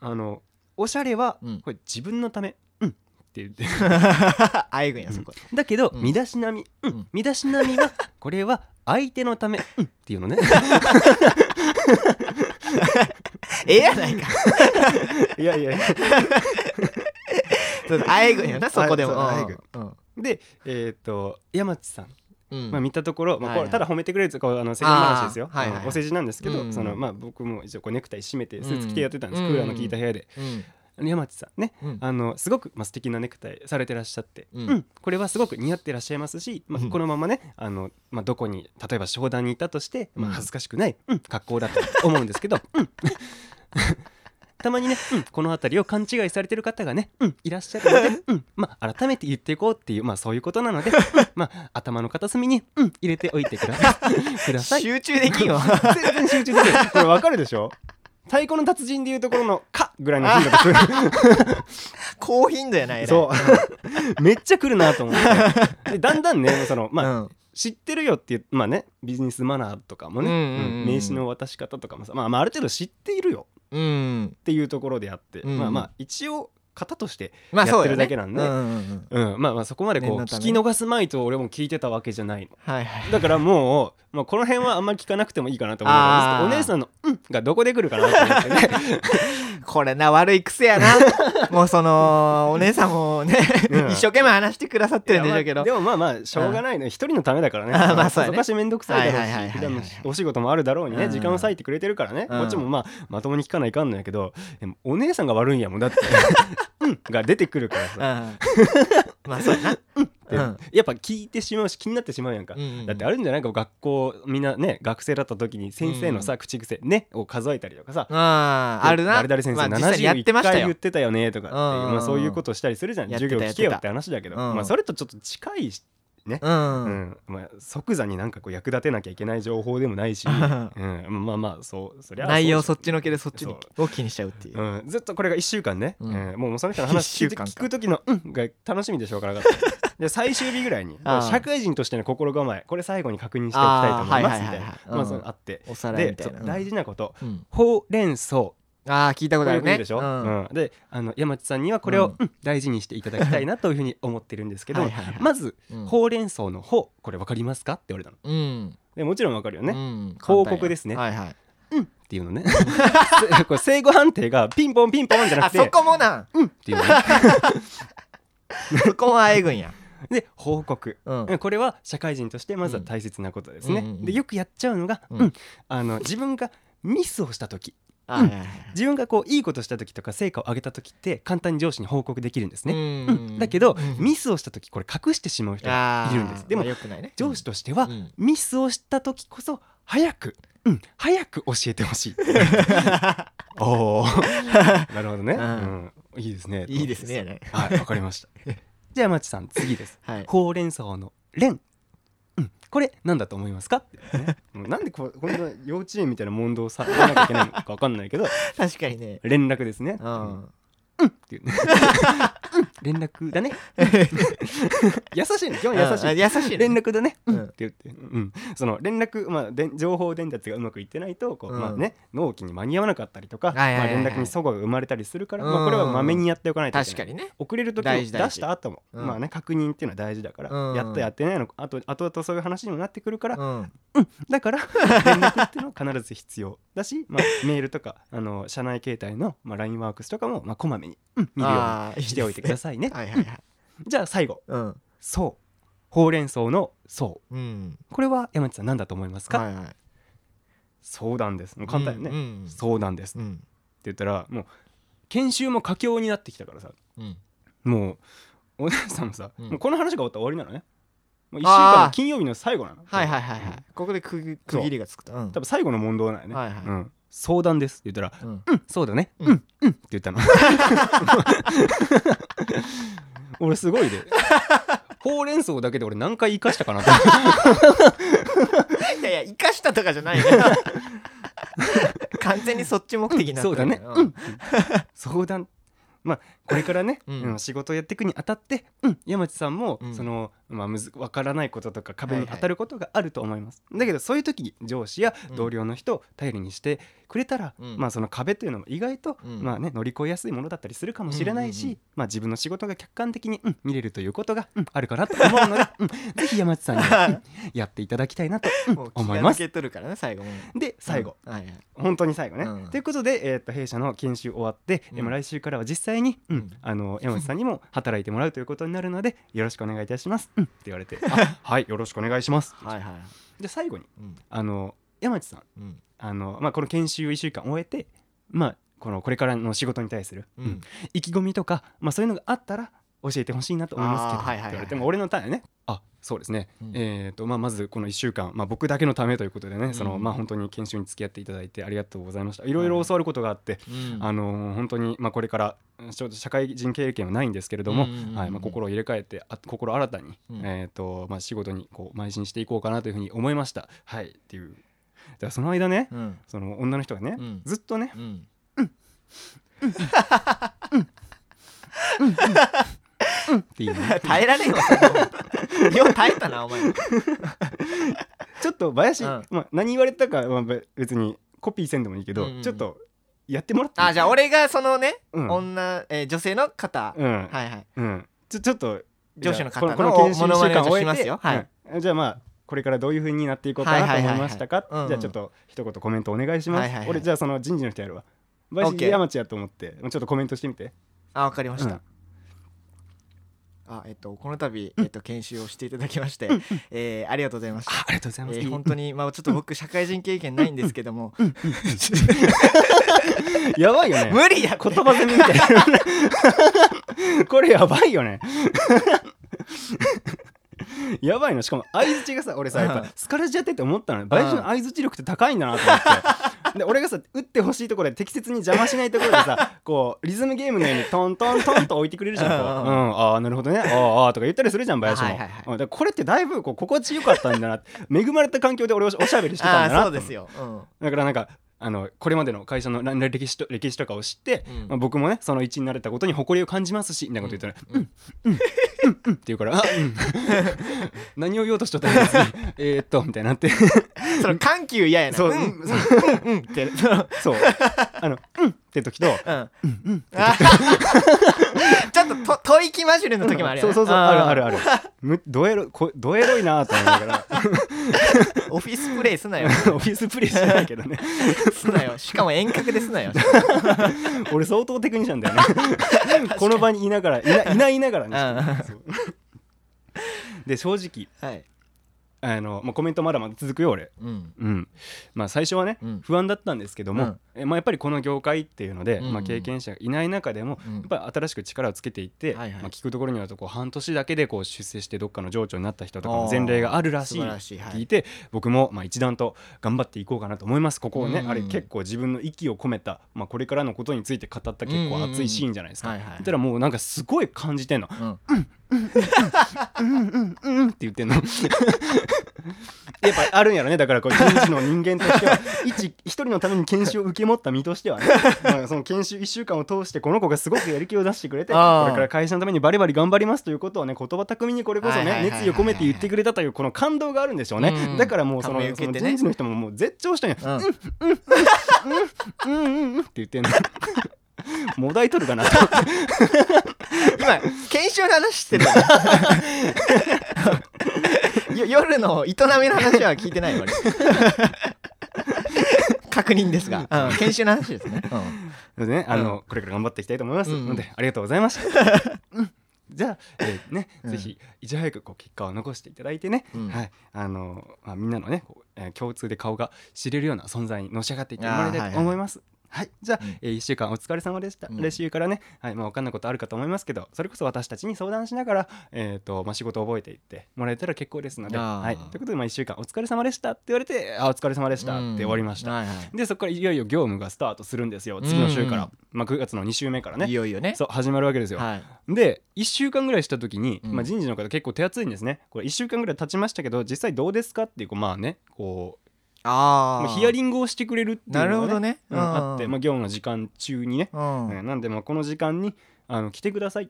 Speaker 1: あのおしゃれは
Speaker 2: うん
Speaker 1: これ自分のため、うん、って言って
Speaker 2: あえぐんやそこ
Speaker 1: だけど、
Speaker 2: うん
Speaker 1: 身だしなみ、うん
Speaker 2: うん
Speaker 1: 身だしなみは これは相手のため、うんってい うのね
Speaker 2: ええやないか
Speaker 1: いやいや
Speaker 2: あえぐんやなそこでも
Speaker 1: あそうあえ
Speaker 2: うん
Speaker 1: でえっ、と山地さん、
Speaker 2: うん
Speaker 1: まあ、見たところ、まあ、こ
Speaker 2: はいは
Speaker 1: れ
Speaker 2: い
Speaker 1: ただ褒めてくれるとこうあの世間話ですよ
Speaker 2: あーはいはい
Speaker 1: あのお世辞なんですけど、
Speaker 2: うん
Speaker 1: そのまあ、僕も一応こうネクタイ締めて
Speaker 2: うん
Speaker 1: スーツ着てやってたんです、
Speaker 2: うん
Speaker 1: クーラーの効いた部屋で
Speaker 2: うん
Speaker 1: あの山地さんね
Speaker 2: うん
Speaker 1: あのすごく、まあ素敵なネクタイされてらっしゃって、
Speaker 2: う
Speaker 1: うんんこれはすごく似合ってらっしゃいますし、ま
Speaker 2: うん
Speaker 1: あ、このままねあの、まあ、どこに例えば商談にいたとして、ま
Speaker 2: う
Speaker 1: あ、
Speaker 2: ん
Speaker 1: 恥ずかしくない、うん、格好だと思うんですけど、うん たまにね、うん、この辺りを勘違いされてる方がね、うん、いらっしゃるの で、うんまあ、改めて言っていこうっていう、まあ、そういうことな ので、うんまあ、頭の片隅に、うん、入れておいてくださ いください。
Speaker 2: 集中で きんわ
Speaker 1: 全然集中でき ないこれわかるでしょ太鼓の達人でいうところの「か」ぐらいの頻度で来る
Speaker 2: 高頻度やない
Speaker 1: そう。 めっちゃ来るなと 思って。でだんだんね、その、まあ、
Speaker 2: うん
Speaker 1: 知ってるよっていう、まあね、ビジネスマナーとかもね、
Speaker 2: うんうんうん
Speaker 1: 名刺の渡し方とかもさ、まあ、まあ、ある程度知っているよ
Speaker 2: うん
Speaker 1: っていうところであって、
Speaker 2: うん
Speaker 1: まあまあ、一応、型として、
Speaker 2: まあそうよね
Speaker 1: やってるだけなんで
Speaker 2: うんうんうん
Speaker 1: うん、まあまあ、そこまでこ
Speaker 2: 念
Speaker 1: う、
Speaker 2: のた
Speaker 1: 聞
Speaker 2: め
Speaker 1: き逃すまいと俺も聞いてたわけじゃないの。
Speaker 2: はいはい
Speaker 1: だからもう、まあ、この辺はあんまり聞かなくてもいいかなと思うから
Speaker 2: あー
Speaker 1: お姉さんの「うん」がどこで来るかなと思ってね
Speaker 2: これな悪い癖や なもうそのお姉さんもね、
Speaker 1: うん
Speaker 2: 一生懸命話してくださってるんでしょうけど
Speaker 1: いやまあでもまあまあしょうがないね一人のためだからね
Speaker 2: あまあそうやね
Speaker 1: こはし面倒くさいだ
Speaker 2: はいはいはいはい
Speaker 1: ろうし普段のお仕事もあるだろうに
Speaker 2: う
Speaker 1: ね
Speaker 2: ん
Speaker 1: 時間を割いてくれてるからね
Speaker 2: うん
Speaker 1: こっちもまあまともに聞かないかんのやけどでもお姉さんが悪いんやもんだってうんが出てくるから
Speaker 2: うん
Speaker 1: さ
Speaker 2: まあそうやな
Speaker 1: で
Speaker 2: うん
Speaker 1: やっぱ聞いてしまうし気になってしまうやんか
Speaker 2: うん
Speaker 1: だってあるんじゃないか学校みんなね学生だった時に先生のさ口癖ねを数えたりとかさ
Speaker 2: あーあるな
Speaker 1: 誰々先生
Speaker 2: まあ、実際にやっ
Speaker 1: 71
Speaker 2: てました
Speaker 1: 回言っ
Speaker 2: よ
Speaker 1: てたよねとかっていう
Speaker 2: うん
Speaker 1: まあそういうことをしたりするじゃん
Speaker 2: やって
Speaker 1: 授
Speaker 2: た
Speaker 1: 業聞けよ
Speaker 2: やってた
Speaker 1: って話だけど
Speaker 2: うん
Speaker 1: まあそれとちょっと近いし
Speaker 2: うん、
Speaker 1: うんまあ、即座になんかこう役立てなきゃいけない情報でもない し、うん、まあまあそうそりゃ
Speaker 2: 内容
Speaker 1: そ
Speaker 2: そうっちのけでそっちにを気にしちゃうっていう
Speaker 1: う、ん、ずっとこれが1週間ね、
Speaker 2: う
Speaker 1: うんんもうその人の
Speaker 2: 一
Speaker 1: 話
Speaker 2: 週
Speaker 1: 聞いて
Speaker 2: 間か
Speaker 1: 聞く時の「うん」が楽しみでしょ うからなかったで最終日ぐらいに
Speaker 2: あー
Speaker 1: 社会人としての心構えこれ最後に確認しておきたいと思いますみたい
Speaker 2: あーはいはいはい
Speaker 1: な
Speaker 2: はいうん
Speaker 1: まあそのあって
Speaker 2: おさらいみ
Speaker 1: で
Speaker 2: た
Speaker 1: そ
Speaker 2: いうな、
Speaker 1: 大事なこと
Speaker 2: うん
Speaker 1: ほうれん草
Speaker 2: ああ聞いたこ
Speaker 1: ことれ
Speaker 2: ある
Speaker 1: よく言
Speaker 2: ね
Speaker 1: うでしょ、
Speaker 2: うん
Speaker 1: うんであの山地さんにはこれを、
Speaker 2: うん
Speaker 1: うん大事にしていただきたいなというふうに思ってるんですけど
Speaker 2: はいはいはい
Speaker 1: まず、
Speaker 2: うん
Speaker 1: ほうれん草の「ほう」これ分かりますかって言われたの。
Speaker 2: うん
Speaker 1: でもちろんわかるよね。
Speaker 2: うん
Speaker 1: 報告ですね
Speaker 2: 簡単やはいはい
Speaker 1: うんっていうのね。 せこれ正誤判定がピンポンピンポンじゃな
Speaker 2: あ
Speaker 1: くて、
Speaker 2: そこもなん
Speaker 1: うんっていうのね。
Speaker 2: そこはあえぐんや、
Speaker 1: で報告。
Speaker 2: うん
Speaker 1: これは社会人としてまずは大切なことです
Speaker 2: うんう
Speaker 1: ね。
Speaker 2: んうんうん
Speaker 1: でよくやっちゃうのが、
Speaker 2: う
Speaker 1: うんんあの自分がミスをした時
Speaker 2: あはいはいはい
Speaker 1: 自分がこういいことした時とか成果を上げた時って簡単に上司に報告できるんですね。
Speaker 2: う
Speaker 1: うんだけど、ミ
Speaker 2: ス
Speaker 1: スをした時これ隠してしまう人が
Speaker 2: が
Speaker 1: いるんですでも
Speaker 2: よくないね
Speaker 1: 上司としては、
Speaker 2: うん
Speaker 1: ミスをした時こそ早く、うん、早く教えてほ しい。おお、なるほどね。
Speaker 2: うん
Speaker 1: うんいいですね。
Speaker 2: いいですねや。ね
Speaker 1: はい、わかりました。 じゃあ、まちさん、次です。
Speaker 2: はい
Speaker 1: ほうれん草のれん。うん、これ、なんだと思いますか。っていうね もうなんでこ、こんな幼稚園みたいな問答をさ、やらなきゃいけないのかわかんないけど、
Speaker 2: 確かにね
Speaker 1: 連絡ですね。
Speaker 2: う
Speaker 1: うん
Speaker 2: ん
Speaker 1: って いうね。連絡だね。優しいね。今日優しい。
Speaker 2: 優しい
Speaker 1: 連
Speaker 2: ね
Speaker 1: 絡だね、
Speaker 2: う
Speaker 1: うんん、って言って、うん、その連絡、まあ、で情報伝達がうまくいってないとこう、
Speaker 2: うん
Speaker 1: まあね、納期に間に合わなかったりとか、
Speaker 2: はいはいはいはい
Speaker 1: まあ、連絡に齟齬が生まれたりするから、
Speaker 2: うん
Speaker 1: まあ、これはまめにやっておかないといけ
Speaker 2: 確
Speaker 1: な
Speaker 2: かに
Speaker 1: い。
Speaker 2: ね
Speaker 1: 遅れる時
Speaker 2: 大事
Speaker 1: き
Speaker 2: 大
Speaker 1: 出
Speaker 2: 事
Speaker 1: した後も、
Speaker 2: うん
Speaker 1: まあね、確認っていうのは大事だから、
Speaker 2: うん
Speaker 1: やったやってないのあとあとあとそういう話にもなってくるから、
Speaker 2: うん
Speaker 1: だから連絡っていうのは必ず必要だし、まあ、メールとかあの社内携帯の、まあ、LINE ワークスとかも、まあ、こまめに、うん、 見るよ
Speaker 2: あー
Speaker 1: うにしておいてくださいね。
Speaker 2: はいはいはい
Speaker 1: じゃあ最後
Speaker 2: うん
Speaker 1: そうほうれん草のそう
Speaker 2: うん
Speaker 1: これは山内さん何だと思いますか、
Speaker 2: はいはい
Speaker 1: そうなんですもう簡単よね、
Speaker 2: うん
Speaker 1: そうなんですっ
Speaker 2: うん
Speaker 1: て言ったらもう研修も佳境になってきたからさ
Speaker 2: うん
Speaker 1: もうお姉さんもさ、
Speaker 2: うん
Speaker 1: もうこの話が終わったら終わりなのねもう1週
Speaker 2: あー
Speaker 1: 間の金曜日の最後なの
Speaker 2: はいはいいはいはいここで区区切りがつくとうん
Speaker 1: 多分最後の問答なのね、
Speaker 2: はいはい
Speaker 1: うん、相談ですって言ったら
Speaker 2: うん
Speaker 1: 「うんそうだね
Speaker 2: う
Speaker 1: うんんうん」って 言ったの俺すご いでほうれん草だけで俺何回生かしたかなと思って
Speaker 2: いやいや生かしたとかじゃ ないね完全にそっち目的になった
Speaker 1: そうだね、
Speaker 2: う
Speaker 1: うんん、相談まあこれからね、
Speaker 2: うん
Speaker 1: うん仕事をやっていくにあたって、うん、山地さんも、
Speaker 2: うん
Speaker 1: その、まあ、むず分からないこととか壁
Speaker 2: は
Speaker 1: に
Speaker 2: いはい
Speaker 1: 当たることがあると思います、だけどそういう時に上司や
Speaker 2: うん
Speaker 1: 同僚の人を頼りにしてくれたら、
Speaker 2: うん
Speaker 1: まあ、その壁というのも意外と、
Speaker 2: うん
Speaker 1: まあね、乗り越えやすいものだったりするかもしれないし、
Speaker 2: うんうんうん
Speaker 1: まあ、自分の仕事が客観的に、うん、見れるということが、うんあるかなと思うので、うんぜひ山地さんに は、うんやっていただきたいなと、うん
Speaker 2: もう気
Speaker 1: 思い
Speaker 2: が
Speaker 1: ま
Speaker 2: 抜
Speaker 1: す。
Speaker 2: けとるからね最後も
Speaker 1: で最後、
Speaker 2: うんはいはい
Speaker 1: 本当に最後ね。
Speaker 2: うん
Speaker 1: ということで、えーっと弊社の研修終わって、
Speaker 2: うん
Speaker 1: でも来週からは実際に、うん
Speaker 2: うん
Speaker 1: あの山内さんにも働いてもらうということになるのでよろしくお願いいたします、うんって言わ れてあはいよろしくお願いします
Speaker 2: はいはい
Speaker 1: で最後に
Speaker 2: うん
Speaker 1: あの山内さん
Speaker 2: うん
Speaker 1: あの、まあ、この研修1週間終えて、まあ、このこれからの仕事に対する、
Speaker 2: うん
Speaker 1: 意気込みとか、まあ、そういうのがあったら教えてほしいなと思いますけど、
Speaker 2: あーはいはいはい
Speaker 1: って言われても俺のターンやねあそうですね、
Speaker 2: うん
Speaker 1: えーとまあ、まずこの1週間、まあ、僕だけのためということでね、その
Speaker 2: うん
Speaker 1: まあ、本当に研修に付き合っていただいてありがとうございましたいろいろ教わることがあって、
Speaker 2: うん
Speaker 1: あのー本当に、まあ、これからちょっと社会人経験はないんですけれども、
Speaker 2: うんうんうんうん
Speaker 1: はいまあ、心を入れ替えてあ心を新たに、
Speaker 2: うん
Speaker 1: えーとまあ、仕事にこう邁進していこうかなというふうに思いました。はい、っていうじゃその間ね、
Speaker 2: うん
Speaker 1: その女の人がね、
Speaker 2: うん
Speaker 1: ずっとね
Speaker 2: うん
Speaker 1: っていうね
Speaker 2: 耐えられんわそれもよう耐えたなお前
Speaker 1: ちょっと林、
Speaker 2: うん
Speaker 1: まあ、何言われたかはべ別にコピーせんでもいいけど、
Speaker 2: うんうんうん
Speaker 1: ちょっとやってもらっていい
Speaker 2: あじゃあ俺がそのね
Speaker 1: うん
Speaker 2: 女えー女性の方
Speaker 1: うん、
Speaker 2: はいはい
Speaker 1: うん、ちょちょっと
Speaker 2: 上司の方
Speaker 1: じゃあこ
Speaker 2: の
Speaker 1: のこの研修
Speaker 2: モノマネ
Speaker 1: 週間を終
Speaker 2: をしま
Speaker 1: え
Speaker 2: す
Speaker 1: て
Speaker 2: よはい
Speaker 1: うんじゃあまあこれからどういう風になっていこうか
Speaker 2: は
Speaker 1: な
Speaker 2: いは
Speaker 1: と
Speaker 2: いはい
Speaker 1: 思
Speaker 2: はい
Speaker 1: いましたか、
Speaker 2: うんうん
Speaker 1: じゃあちょっと一言コメントお願いします、
Speaker 2: はいはいはい
Speaker 1: 俺じゃあその人事の人やるわ
Speaker 2: オッ
Speaker 1: 林
Speaker 2: ケー
Speaker 1: 山地やと思ってちょっとコメントしてみて
Speaker 2: あわかりまし
Speaker 1: うん
Speaker 2: たあえっとこの度えっと研修をしていただきましてえーありがとうございました
Speaker 1: ありがとうござい
Speaker 2: えー 本当にまあちょっと僕社会人経験ないんですけども
Speaker 1: やばいよね
Speaker 2: 無理やって
Speaker 1: 言葉攻めみたいなこれやばいよねやばいのしかも相づちがさ俺さやっ
Speaker 2: うん
Speaker 1: ぱスカラジやってて思ったのよ林の相づち力って高いんだなと思ってで俺がさ打ってほしいところで適切に邪魔しないところで さこうリズムゲームのようにトントントンと置いてくれるじゃんこう、う
Speaker 2: うんうん
Speaker 1: ん、ああなるほどねあーあーとか言ったりするじゃん林も、
Speaker 2: はいはいはい
Speaker 1: うんだからこれってだいぶこう心地よかったんだなって恵まれた環境で俺おしおしゃべりしてた
Speaker 2: あ
Speaker 1: んだな
Speaker 2: ーそう
Speaker 1: と思っ
Speaker 2: で
Speaker 1: て
Speaker 2: すようん
Speaker 1: だからなんかあのこれまでの会社のら歴史と歴史とかを知って、
Speaker 2: うん
Speaker 1: まあ、僕もねその一員になれたことに誇りを感じますしみたいなこと言ったら「
Speaker 2: うん
Speaker 1: うん」って言うから「あうん何を言おうとしとったんですえーっと」みたいになって
Speaker 2: その緩急嫌やな
Speaker 1: そう
Speaker 2: うん
Speaker 1: うん
Speaker 2: うんってその
Speaker 1: そうあの「うん」って時と
Speaker 2: うんあちょっとと吐息混じりの時もあるよ
Speaker 1: そ
Speaker 2: ね
Speaker 1: うそうそう
Speaker 2: あー
Speaker 1: あるあるあるむどエロこどエロいなと思いながら
Speaker 2: オフィスプレイすなよ
Speaker 1: オフィスプレイしてない けどね
Speaker 2: すなよしかも遠隔です なよ
Speaker 1: 俺相当テクニシャンだよねこの場にいながらい ないないながらねそうで正直
Speaker 2: はい
Speaker 1: あの、まあ、コメントまだまだ続くよ俺
Speaker 2: うん
Speaker 1: うんまあ、最初はね、
Speaker 2: うん
Speaker 1: 不安だったんですけども、
Speaker 2: うん
Speaker 1: えまあ、やっぱりこの業界っていうので、
Speaker 2: うんうん
Speaker 1: まあ、経験者がいない中でも、
Speaker 2: うん
Speaker 1: やっぱり新しく力をつけていって、
Speaker 2: はいはい
Speaker 1: まあ、聞くところによるとこう半年だけでこう出世してどっかの情緒になった人とかの前例があるらしい
Speaker 2: 素晴らしいはい
Speaker 1: 聞いて僕もまあ一段と頑張っていこうかなと思いますここをね、
Speaker 2: うん
Speaker 1: あれ結構自分の息を込めた、まあ、これからのことについて語った結構熱いシーンじゃないですか。
Speaker 2: はいはい
Speaker 1: そしたらもうなんかすごい感じてんの
Speaker 2: うん
Speaker 1: うんって言ってんのやっぱあるんやろねだからこう人事の人間とし ては一一人のために研修を受け持った身としてはね、まあ、その研修1週間を通してこの子がすごくやる気を出してくれてこ
Speaker 2: あー
Speaker 1: れから会社のためにバリバリ頑張りますということをね言葉巧みにこれこそ
Speaker 2: はいはい
Speaker 1: ね
Speaker 2: はいはい
Speaker 1: 熱意を込めて言ってくれたというこの感動があるんでしょうね、
Speaker 2: うん
Speaker 1: だからもうその,、
Speaker 2: 感銘を
Speaker 1: そ
Speaker 2: 受け
Speaker 1: の
Speaker 2: てね
Speaker 1: 人事の人ももう絶頂したんや
Speaker 2: うん
Speaker 1: うんうんうんって言ってんの もだいとるかなと
Speaker 2: 今研修の話してるよ ねよ夜の営みの話は聞いてないわ俺確認ですが、うん、研修の話ですね、うん
Speaker 1: のでね、あの、
Speaker 2: う
Speaker 1: これから頑張っていきたいと思います、
Speaker 2: うんうん
Speaker 1: のでありがとうございました。 うんじゃあ、えーね、
Speaker 2: うん
Speaker 1: ぜひいち早くこう結果を残していただいてね、
Speaker 2: うん
Speaker 1: はいあのまあ、みんなのね、こうえー共通で顔が知れるような存在にのし上がっていってもら
Speaker 2: あ
Speaker 1: い
Speaker 2: ーは
Speaker 1: た
Speaker 2: い
Speaker 1: い
Speaker 2: はい
Speaker 1: と思います。はい、じゃあ、
Speaker 2: うん
Speaker 1: え1週間お疲れ様でした、
Speaker 2: うん
Speaker 1: 来週からね、はいまあ、分かんないことあるかと思いますけどそれこそ私たちに相談しながら、えーとまあ、仕事を覚えていってもらえたら結構ですので、
Speaker 2: あー
Speaker 1: はい、ということで、まあ、1週間お疲れ様でしたって言われてあお疲れ様でしたって終わりました、
Speaker 2: はいはい
Speaker 1: でそこからいよいよ業務がスタートするんですよ次の週から、
Speaker 2: うん
Speaker 1: まあ、9月の2週目から
Speaker 2: い
Speaker 1: ね
Speaker 2: よいよね
Speaker 1: そう始まるわけですよ、
Speaker 2: はい、
Speaker 1: で1週間ぐらいした時に、
Speaker 2: うん
Speaker 1: まあ、人事の方結構手厚いんですねこれ1週間ぐらい経ちましたけど実際どうですかっていうこうまあねこう
Speaker 2: あ
Speaker 1: ま
Speaker 2: あ
Speaker 1: あヒアリングをしてくれるっていうの
Speaker 2: な
Speaker 1: が、
Speaker 2: るほどね、
Speaker 1: うんあって、まあ、業務の時間中にね、
Speaker 2: うん
Speaker 1: うんなんでまあこの時間にあの来てください、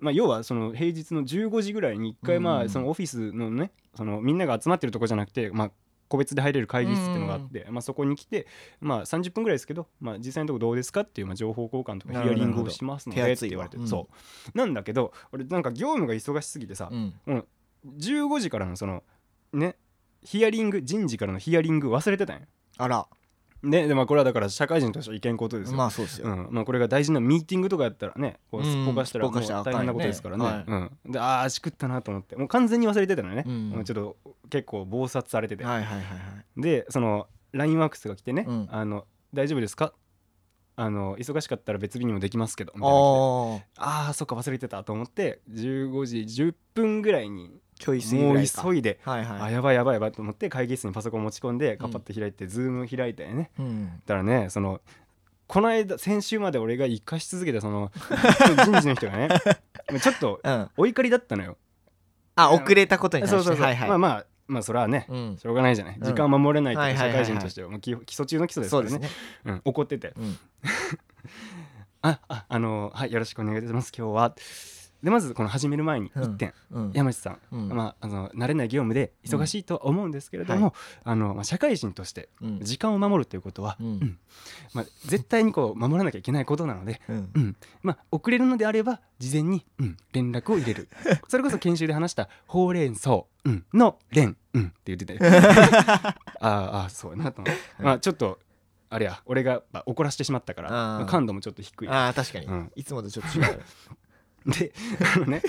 Speaker 1: まあ、要はその平日の15時ぐらいに1回
Speaker 2: うん
Speaker 1: まあそのオフィスのねそのみんなが集まってるとこじゃなくて、まあ、個別で入れる会議室っていうのがあって、まあ、そこに来て、まあ、30分ぐらいですけど、まあ、実際のとこどうですかっていうまあ情報交換とかヒアリングをしますので
Speaker 2: なるほ
Speaker 1: っ
Speaker 2: ど
Speaker 1: て言われて、
Speaker 2: 手厚いわ
Speaker 1: そうなんだけど俺なんか業務が忙しすぎてさ、
Speaker 2: うん
Speaker 1: 15時からのそのねヒアリング人事からのヒアリング忘れてたんや
Speaker 2: あら
Speaker 1: ねでまあこれはだから社会人としてはいけんことですよ、
Speaker 2: まあそうですよ、
Speaker 1: うんまあ、これが大事なミーティングとかやったらねこう
Speaker 2: うん
Speaker 1: すっぽかしたら
Speaker 2: すっぽ
Speaker 1: もう
Speaker 2: かしたら
Speaker 1: 大
Speaker 2: あかんよ
Speaker 1: 変なことですからね、
Speaker 2: はい
Speaker 1: うん、でああ足食ったなと思ってもう完全に忘れてたのね、
Speaker 2: うん
Speaker 1: もうちょっと結構暴殺されてて、
Speaker 2: はいはいはいはい
Speaker 1: でその LINE ワークスが来てね、
Speaker 2: うん
Speaker 1: あの「大丈夫ですか?」あの忙しかったら別日にもできますけどみたいなの来て
Speaker 2: ああ
Speaker 1: ああそっか忘れてたと思って15時10分ぐらいに
Speaker 2: ちょい過ぎ
Speaker 1: も
Speaker 2: ぐ
Speaker 1: う
Speaker 2: らいか
Speaker 1: 急いで
Speaker 2: はいはい
Speaker 1: あやばいやばいやばいと思って会議室にパソコン持ち込んでカパッて開いて、ズーム開いたよね
Speaker 2: うん、
Speaker 1: だからねそのこの間先週まで俺が生かし続けたその 人事の人がねちょっと
Speaker 2: うん、
Speaker 1: お怒りだったのよ
Speaker 2: あ遅れたことに対して
Speaker 1: そうそうそう、
Speaker 2: はいはい、
Speaker 1: まあまあまあそれはね、
Speaker 2: うん、
Speaker 1: しょうがないじゃない、
Speaker 2: ん
Speaker 1: 時間を守れないと
Speaker 2: はいはい
Speaker 1: 社
Speaker 2: はいはい
Speaker 1: 会人としてはもう基基礎中の基礎です
Speaker 2: そ
Speaker 1: か
Speaker 2: う
Speaker 1: ら
Speaker 2: で
Speaker 1: ね
Speaker 2: すね、
Speaker 1: うん、怒ってて
Speaker 2: うん、
Speaker 1: あああのはいよろしくお願いします今日はでまずこの始める前に
Speaker 2: うん
Speaker 1: 1点、
Speaker 2: うん
Speaker 1: 山内さん、
Speaker 2: うん
Speaker 1: まあ、あの慣れない業務で忙しいとは思うんですけれども、
Speaker 2: うんは
Speaker 1: あのまあ、社会人として
Speaker 2: うん
Speaker 1: 時間を守るということは、
Speaker 2: うん
Speaker 1: うんまあ、絶対にこう守らなきゃいけないことなので、
Speaker 2: うん
Speaker 1: うんまあ、遅れるのであれば事前に、うん、連絡を入れる それこそ研修で話したほうれん草、うん、の「連」うん、って言 っててあーあーそうやなと思って、まあ、ちょっとあれや俺がまあ怒らせてしまったから、
Speaker 2: あー
Speaker 1: まあ感度もちょっと低い
Speaker 2: ああ確かに、
Speaker 1: うん
Speaker 2: いつもとちょっと違う、
Speaker 1: であのね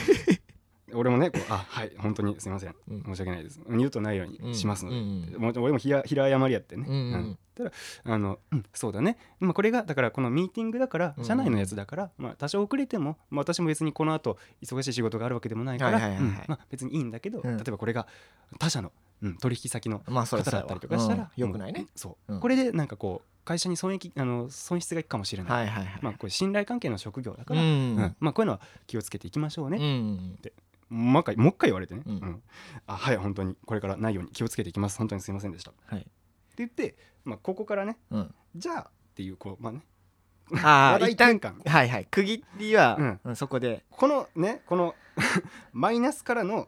Speaker 1: 俺もねこうあはい本当にすいません
Speaker 2: うん
Speaker 1: 申し訳ないです二度とないようにしますので、
Speaker 2: うん
Speaker 1: もう俺もひら平謝りやってね、
Speaker 2: うんうん
Speaker 1: うんただあの、うんそうだね、まあ、これがだからこのミーティングだから
Speaker 2: うん
Speaker 1: 社内のやつだから、まあ、多少遅れても、まあ、私も別にこの後忙しい仕事があるわけでもないか
Speaker 2: は
Speaker 1: ら
Speaker 2: いはいはいうはい
Speaker 1: んまあ別にいいんだけど、
Speaker 2: うん
Speaker 1: 例えばこれが他社の、うん、取引先の
Speaker 2: まあそ
Speaker 1: 方
Speaker 2: れ
Speaker 1: だったりとかしたら、
Speaker 2: よくないね
Speaker 1: もう、そう、
Speaker 2: うん
Speaker 1: これでなんかこう会社に損益あの損失がいくかもしれない、
Speaker 2: はいはいはい、
Speaker 1: まあ、これ信頼関係の職業だから、
Speaker 2: う
Speaker 1: うんんまあ、こういうのは気をつけていきましょうね、
Speaker 2: うん
Speaker 1: もう一回もう一回言われてね、
Speaker 2: うん
Speaker 1: うんあはい本当にこれからないように気をつけていきます本当にすいませんでしたって
Speaker 2: はい
Speaker 1: 言って、まあ、ここからね
Speaker 2: うん、
Speaker 1: じゃあっていうこうまあね
Speaker 2: あ
Speaker 1: 話
Speaker 2: あ
Speaker 1: 題
Speaker 2: 一旦
Speaker 1: 転換
Speaker 2: はいはい区切りは、
Speaker 1: うん
Speaker 2: うんそこで、
Speaker 1: このねこの マイナスからの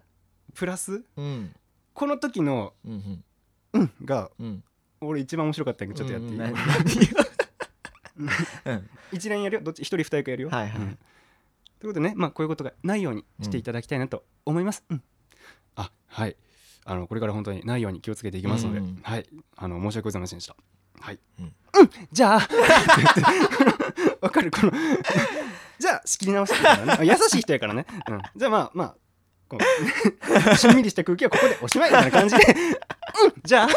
Speaker 1: プラス
Speaker 2: うん
Speaker 1: この時の
Speaker 2: うん
Speaker 1: うんが
Speaker 2: うんうん、
Speaker 1: 俺一番面白かったんでちょっとやっていい、
Speaker 2: うんうんうん
Speaker 1: 一連やるよどっち一人二役やるよ
Speaker 2: はいはい
Speaker 1: うんということでねまあこういうことがないようにしていただきたいなと思います、うんあはいあのこれから本当にないように気をつけていきますので、
Speaker 2: うんうん
Speaker 1: はいあの申し訳ございませんでしたはい、う
Speaker 2: うんん、
Speaker 1: じゃあ って言ってわかるこのじゃあ仕切り直してから ね優しい人やからね、うん、じゃあまあまあこう しんみりした空気はここでおしまいみたいな感じでうんじゃあ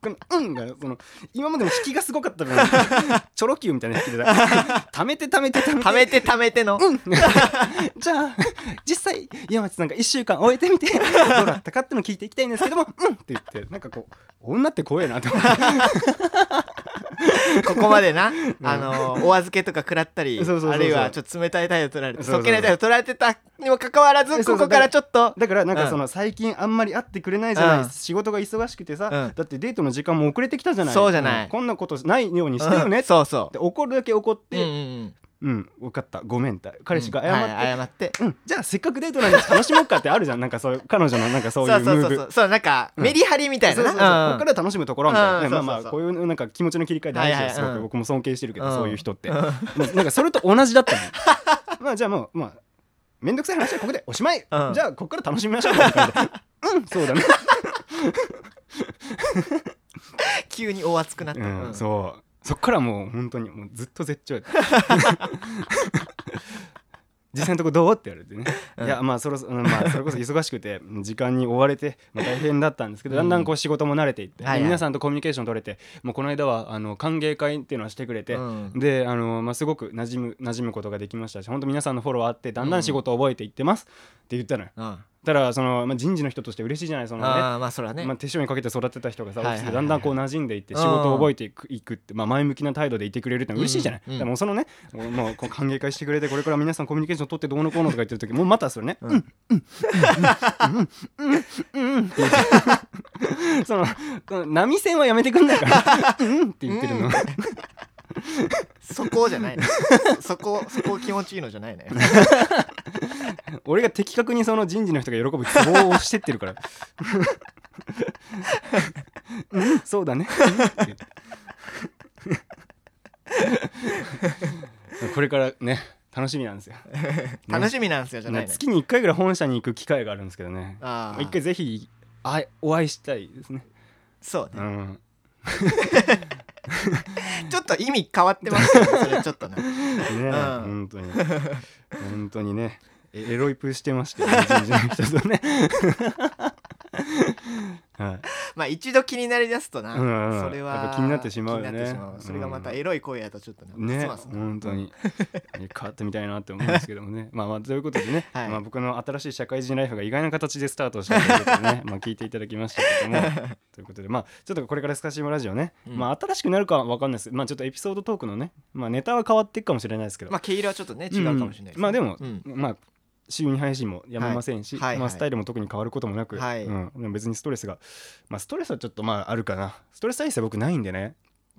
Speaker 1: この「うん」がその今までも引きがすごかった分 チョロ Q みたいな引きでためてためてためて
Speaker 2: 貯めて貯めての、
Speaker 1: うん じゃあ実際山地さんが1週間終え てみてどうだったかってのを聞いていきたいんですけども「うん」って言ってなんかこう女って怖えなと 思って
Speaker 2: ここまでな、あのーお預けとか食らったり
Speaker 1: そうそうそうそう
Speaker 2: あるいはちょっと冷たい態度取られて
Speaker 1: そうそうそ
Speaker 2: そっ
Speaker 1: う
Speaker 2: けない態度取られてたにもかかわら
Speaker 1: そう
Speaker 2: ず
Speaker 1: そう
Speaker 2: こ
Speaker 1: そう
Speaker 2: こからちょっと
Speaker 1: だからなん
Speaker 2: う
Speaker 1: か
Speaker 2: ん
Speaker 1: その最近あんまり会ってくれないじゃない、
Speaker 2: うん
Speaker 1: 仕事が忙しくてさ、
Speaker 2: うん
Speaker 1: だってデートの時間も遅れてきたじゃない
Speaker 2: そうじゃない
Speaker 1: んこんなことないようにしてよね
Speaker 2: う
Speaker 1: っ
Speaker 2: んそうそ
Speaker 1: て怒るだけ怒っ
Speaker 2: う、うんう
Speaker 1: て
Speaker 2: ん
Speaker 1: 「うん、分かったごめん」って彼氏が謝
Speaker 2: う
Speaker 1: っ
Speaker 2: ん
Speaker 1: て、
Speaker 2: はい謝って
Speaker 1: うん、じゃあせっかくデートなんです楽しもうかってあるじゃんなんかそういう彼女のなんかそうい
Speaker 2: そう
Speaker 1: うム
Speaker 2: そ
Speaker 1: ー
Speaker 2: う
Speaker 1: ブ
Speaker 2: そうそうそうなんかメリハリみたい
Speaker 1: そう
Speaker 2: な
Speaker 1: そうそうここ
Speaker 2: な
Speaker 1: から楽しむところみたいな、
Speaker 2: うん
Speaker 1: ねまあまあ
Speaker 2: そう
Speaker 1: こ
Speaker 2: そう
Speaker 1: いうなんか気持ちの切り替え大事
Speaker 2: はいは
Speaker 1: で
Speaker 2: い
Speaker 1: すごく
Speaker 2: うん
Speaker 1: 僕も尊敬してるけど、
Speaker 2: うん
Speaker 1: そういう人って、
Speaker 2: うん
Speaker 1: まあなんかそれと同じだったのよまあじゃあもうまあ面倒くさい話はここでおしまい、
Speaker 2: うん
Speaker 1: じゃあここから楽しみましょうって感じでうんそうだね、
Speaker 2: 急にお熱くなった、
Speaker 1: うん、
Speaker 2: う
Speaker 1: そうそっからもう本当にもうずっと絶頂やった 実際のとこどうって言われてね、
Speaker 2: うん
Speaker 1: いやまあそろそろ、うんまあ、それこそ忙しくて時間に追われて、まあ、大変だったんですけど、
Speaker 2: うん
Speaker 1: だんだんこう仕事も慣れていって、
Speaker 2: はいはい
Speaker 1: 皆さんとコミュニケーション取れてもうこの間はあの歓迎会っていうのはしてくれて、
Speaker 2: うん
Speaker 1: であの、まあ、すごく馴染む馴染むことができましたし本当皆さんのフォローあってだんだん仕事を覚えていってますって言ったのよ。
Speaker 2: うんあ
Speaker 1: ただその、まあ、人事の人として嬉しいじゃないそのね
Speaker 2: あまあそれはね、
Speaker 1: まあ、手塩にかけて育てた人がさ、
Speaker 2: はいはいはい
Speaker 1: オフィスでだんだんこう馴染んでいって仕事を覚えていくいくって、まあ、前向きな態度でいてくれるってのは嬉しいじゃない、
Speaker 2: うんうん
Speaker 1: でもうそのねもうもうこう歓迎会してくれてこれから皆さんコミュニケーション取ってどうのこうのとか言ってる時もうまたそれねうんうんうんうんうんうんうんって言ってそのこの波線はやめてくんないからうんうんって言ってる
Speaker 2: う
Speaker 1: の、
Speaker 2: んそこじゃない のそこそこ気持ちいいのじゃないね
Speaker 1: 俺が的確にその人事の人が喜ぶ希望を押してってるからうんそうだねうんこれからね楽しみなんですよ、
Speaker 2: 楽しみなんですよじゃない
Speaker 1: ね
Speaker 2: ね
Speaker 1: 月に1回ぐらい本社に行く機会があるんですけどね
Speaker 2: ああ
Speaker 1: 一回ぜひあお会いしたいですね
Speaker 2: そう
Speaker 1: う
Speaker 2: ね、
Speaker 1: ん
Speaker 2: ちょっと意味変わってますよねそれちょっとな
Speaker 1: ね、
Speaker 2: うん
Speaker 1: 本当に本当にねえエロイプしてましたよね人事の人 とねはい
Speaker 2: まあ一度気になりだすとな、
Speaker 1: うんうん
Speaker 2: それ
Speaker 1: やっ
Speaker 2: は
Speaker 1: ぱ気になってしまうよね
Speaker 2: 気になってしまうそれがまたエロい声やとちょっとな、
Speaker 1: ね
Speaker 2: ますますな
Speaker 1: 本当に変わってみたいなって思うんですけどもね まあまあということでね、
Speaker 2: はい
Speaker 1: まあ、僕の新しい社会人ライフが意外な形でスタートしたということ でねまあ聞いていただきましたけどもということでまあちょっとこれからスカシウマラジオね、
Speaker 2: うん
Speaker 1: まあ新しくなるかは分かんないですまあちょっとエピソードトークのね、まあ、ネタは変わっていくかもしれないですけど、
Speaker 2: まあ毛色はちょっとね違うかもしれないですね、
Speaker 1: うんまあでも
Speaker 2: うん
Speaker 1: まあ週2配信もやめませんし、
Speaker 2: はいはい
Speaker 1: ま
Speaker 2: はい
Speaker 1: あ、スタイルも特に変わることもなく、
Speaker 2: はい
Speaker 1: うん、でも別にストレスが、まあ、ストレスはちょっとまああるかなストレス体制僕ないんでね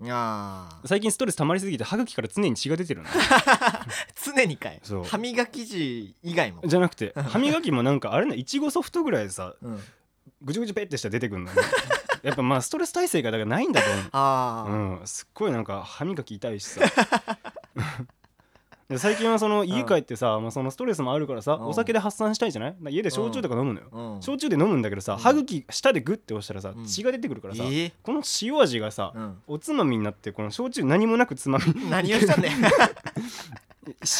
Speaker 2: あー
Speaker 1: 最近ストレス溜まりすぎて歯茎から常に血が出てるの
Speaker 2: 常にかい
Speaker 1: そう
Speaker 2: 歯磨き時以外も、
Speaker 1: じゃなくて歯磨きもなんかあれないちごソフトぐらいでさ
Speaker 2: うん、
Speaker 1: ぐちゅぐちゅペッてしたら出てくるの、 ね、やっぱまあストレス体制がだからないんだと思う
Speaker 2: ああ、
Speaker 1: うん、すっごいなんか歯磨き痛いしさ で最近はその家帰ってさ、まあ、そのストレスもあるからさ
Speaker 2: うん
Speaker 1: お酒で発散したいじゃないだから家で焼酎とか飲むのよ、
Speaker 2: うん
Speaker 1: 焼酎で飲むんだけどさ、
Speaker 2: うん
Speaker 1: 歯茎下でグッて押したらさ、
Speaker 2: うん
Speaker 1: 血が出てくるからさ、
Speaker 2: えー
Speaker 1: この塩味がさ、
Speaker 2: うん
Speaker 1: おつまみになってこの焼酎何もなくつまみ
Speaker 2: 何をした んだよ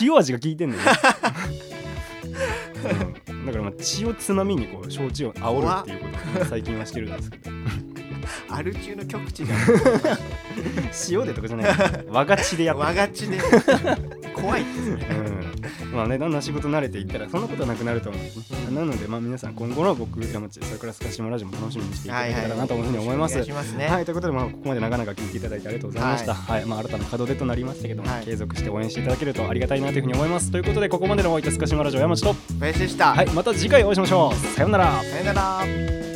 Speaker 1: 塩味が効いてんのよ、うんだからまあ血をつまみにこう焼酎を煽るっていうことを最近はしてるんですけど
Speaker 2: アル中の極地じゃ
Speaker 1: 塩でとかじゃない我が血でや
Speaker 2: ん
Speaker 1: って
Speaker 2: 我がちで怖いってそ れ
Speaker 1: うんまあね、だんだん仕事慣れていったらそんなことはなくなると思うんですね。
Speaker 2: うん
Speaker 1: なので、まあ、皆さん今後の僕山地それからスカシマラジオも楽しみにしていただけたらなというふうに思います。
Speaker 2: お願
Speaker 1: はい
Speaker 2: しますね、
Speaker 1: ということで、まあ、ここまでなかなか聞いていただいてありがとうございました、はいまあ、新たな門出となりましたけども、
Speaker 2: はい
Speaker 1: 継続して応援していただけるとありがたいなというふうに思いますということでここまでのお相手スカシマラジオ山地と、
Speaker 2: 林でした、
Speaker 1: はい、また次回お会いしましょうさようなら
Speaker 2: さよなら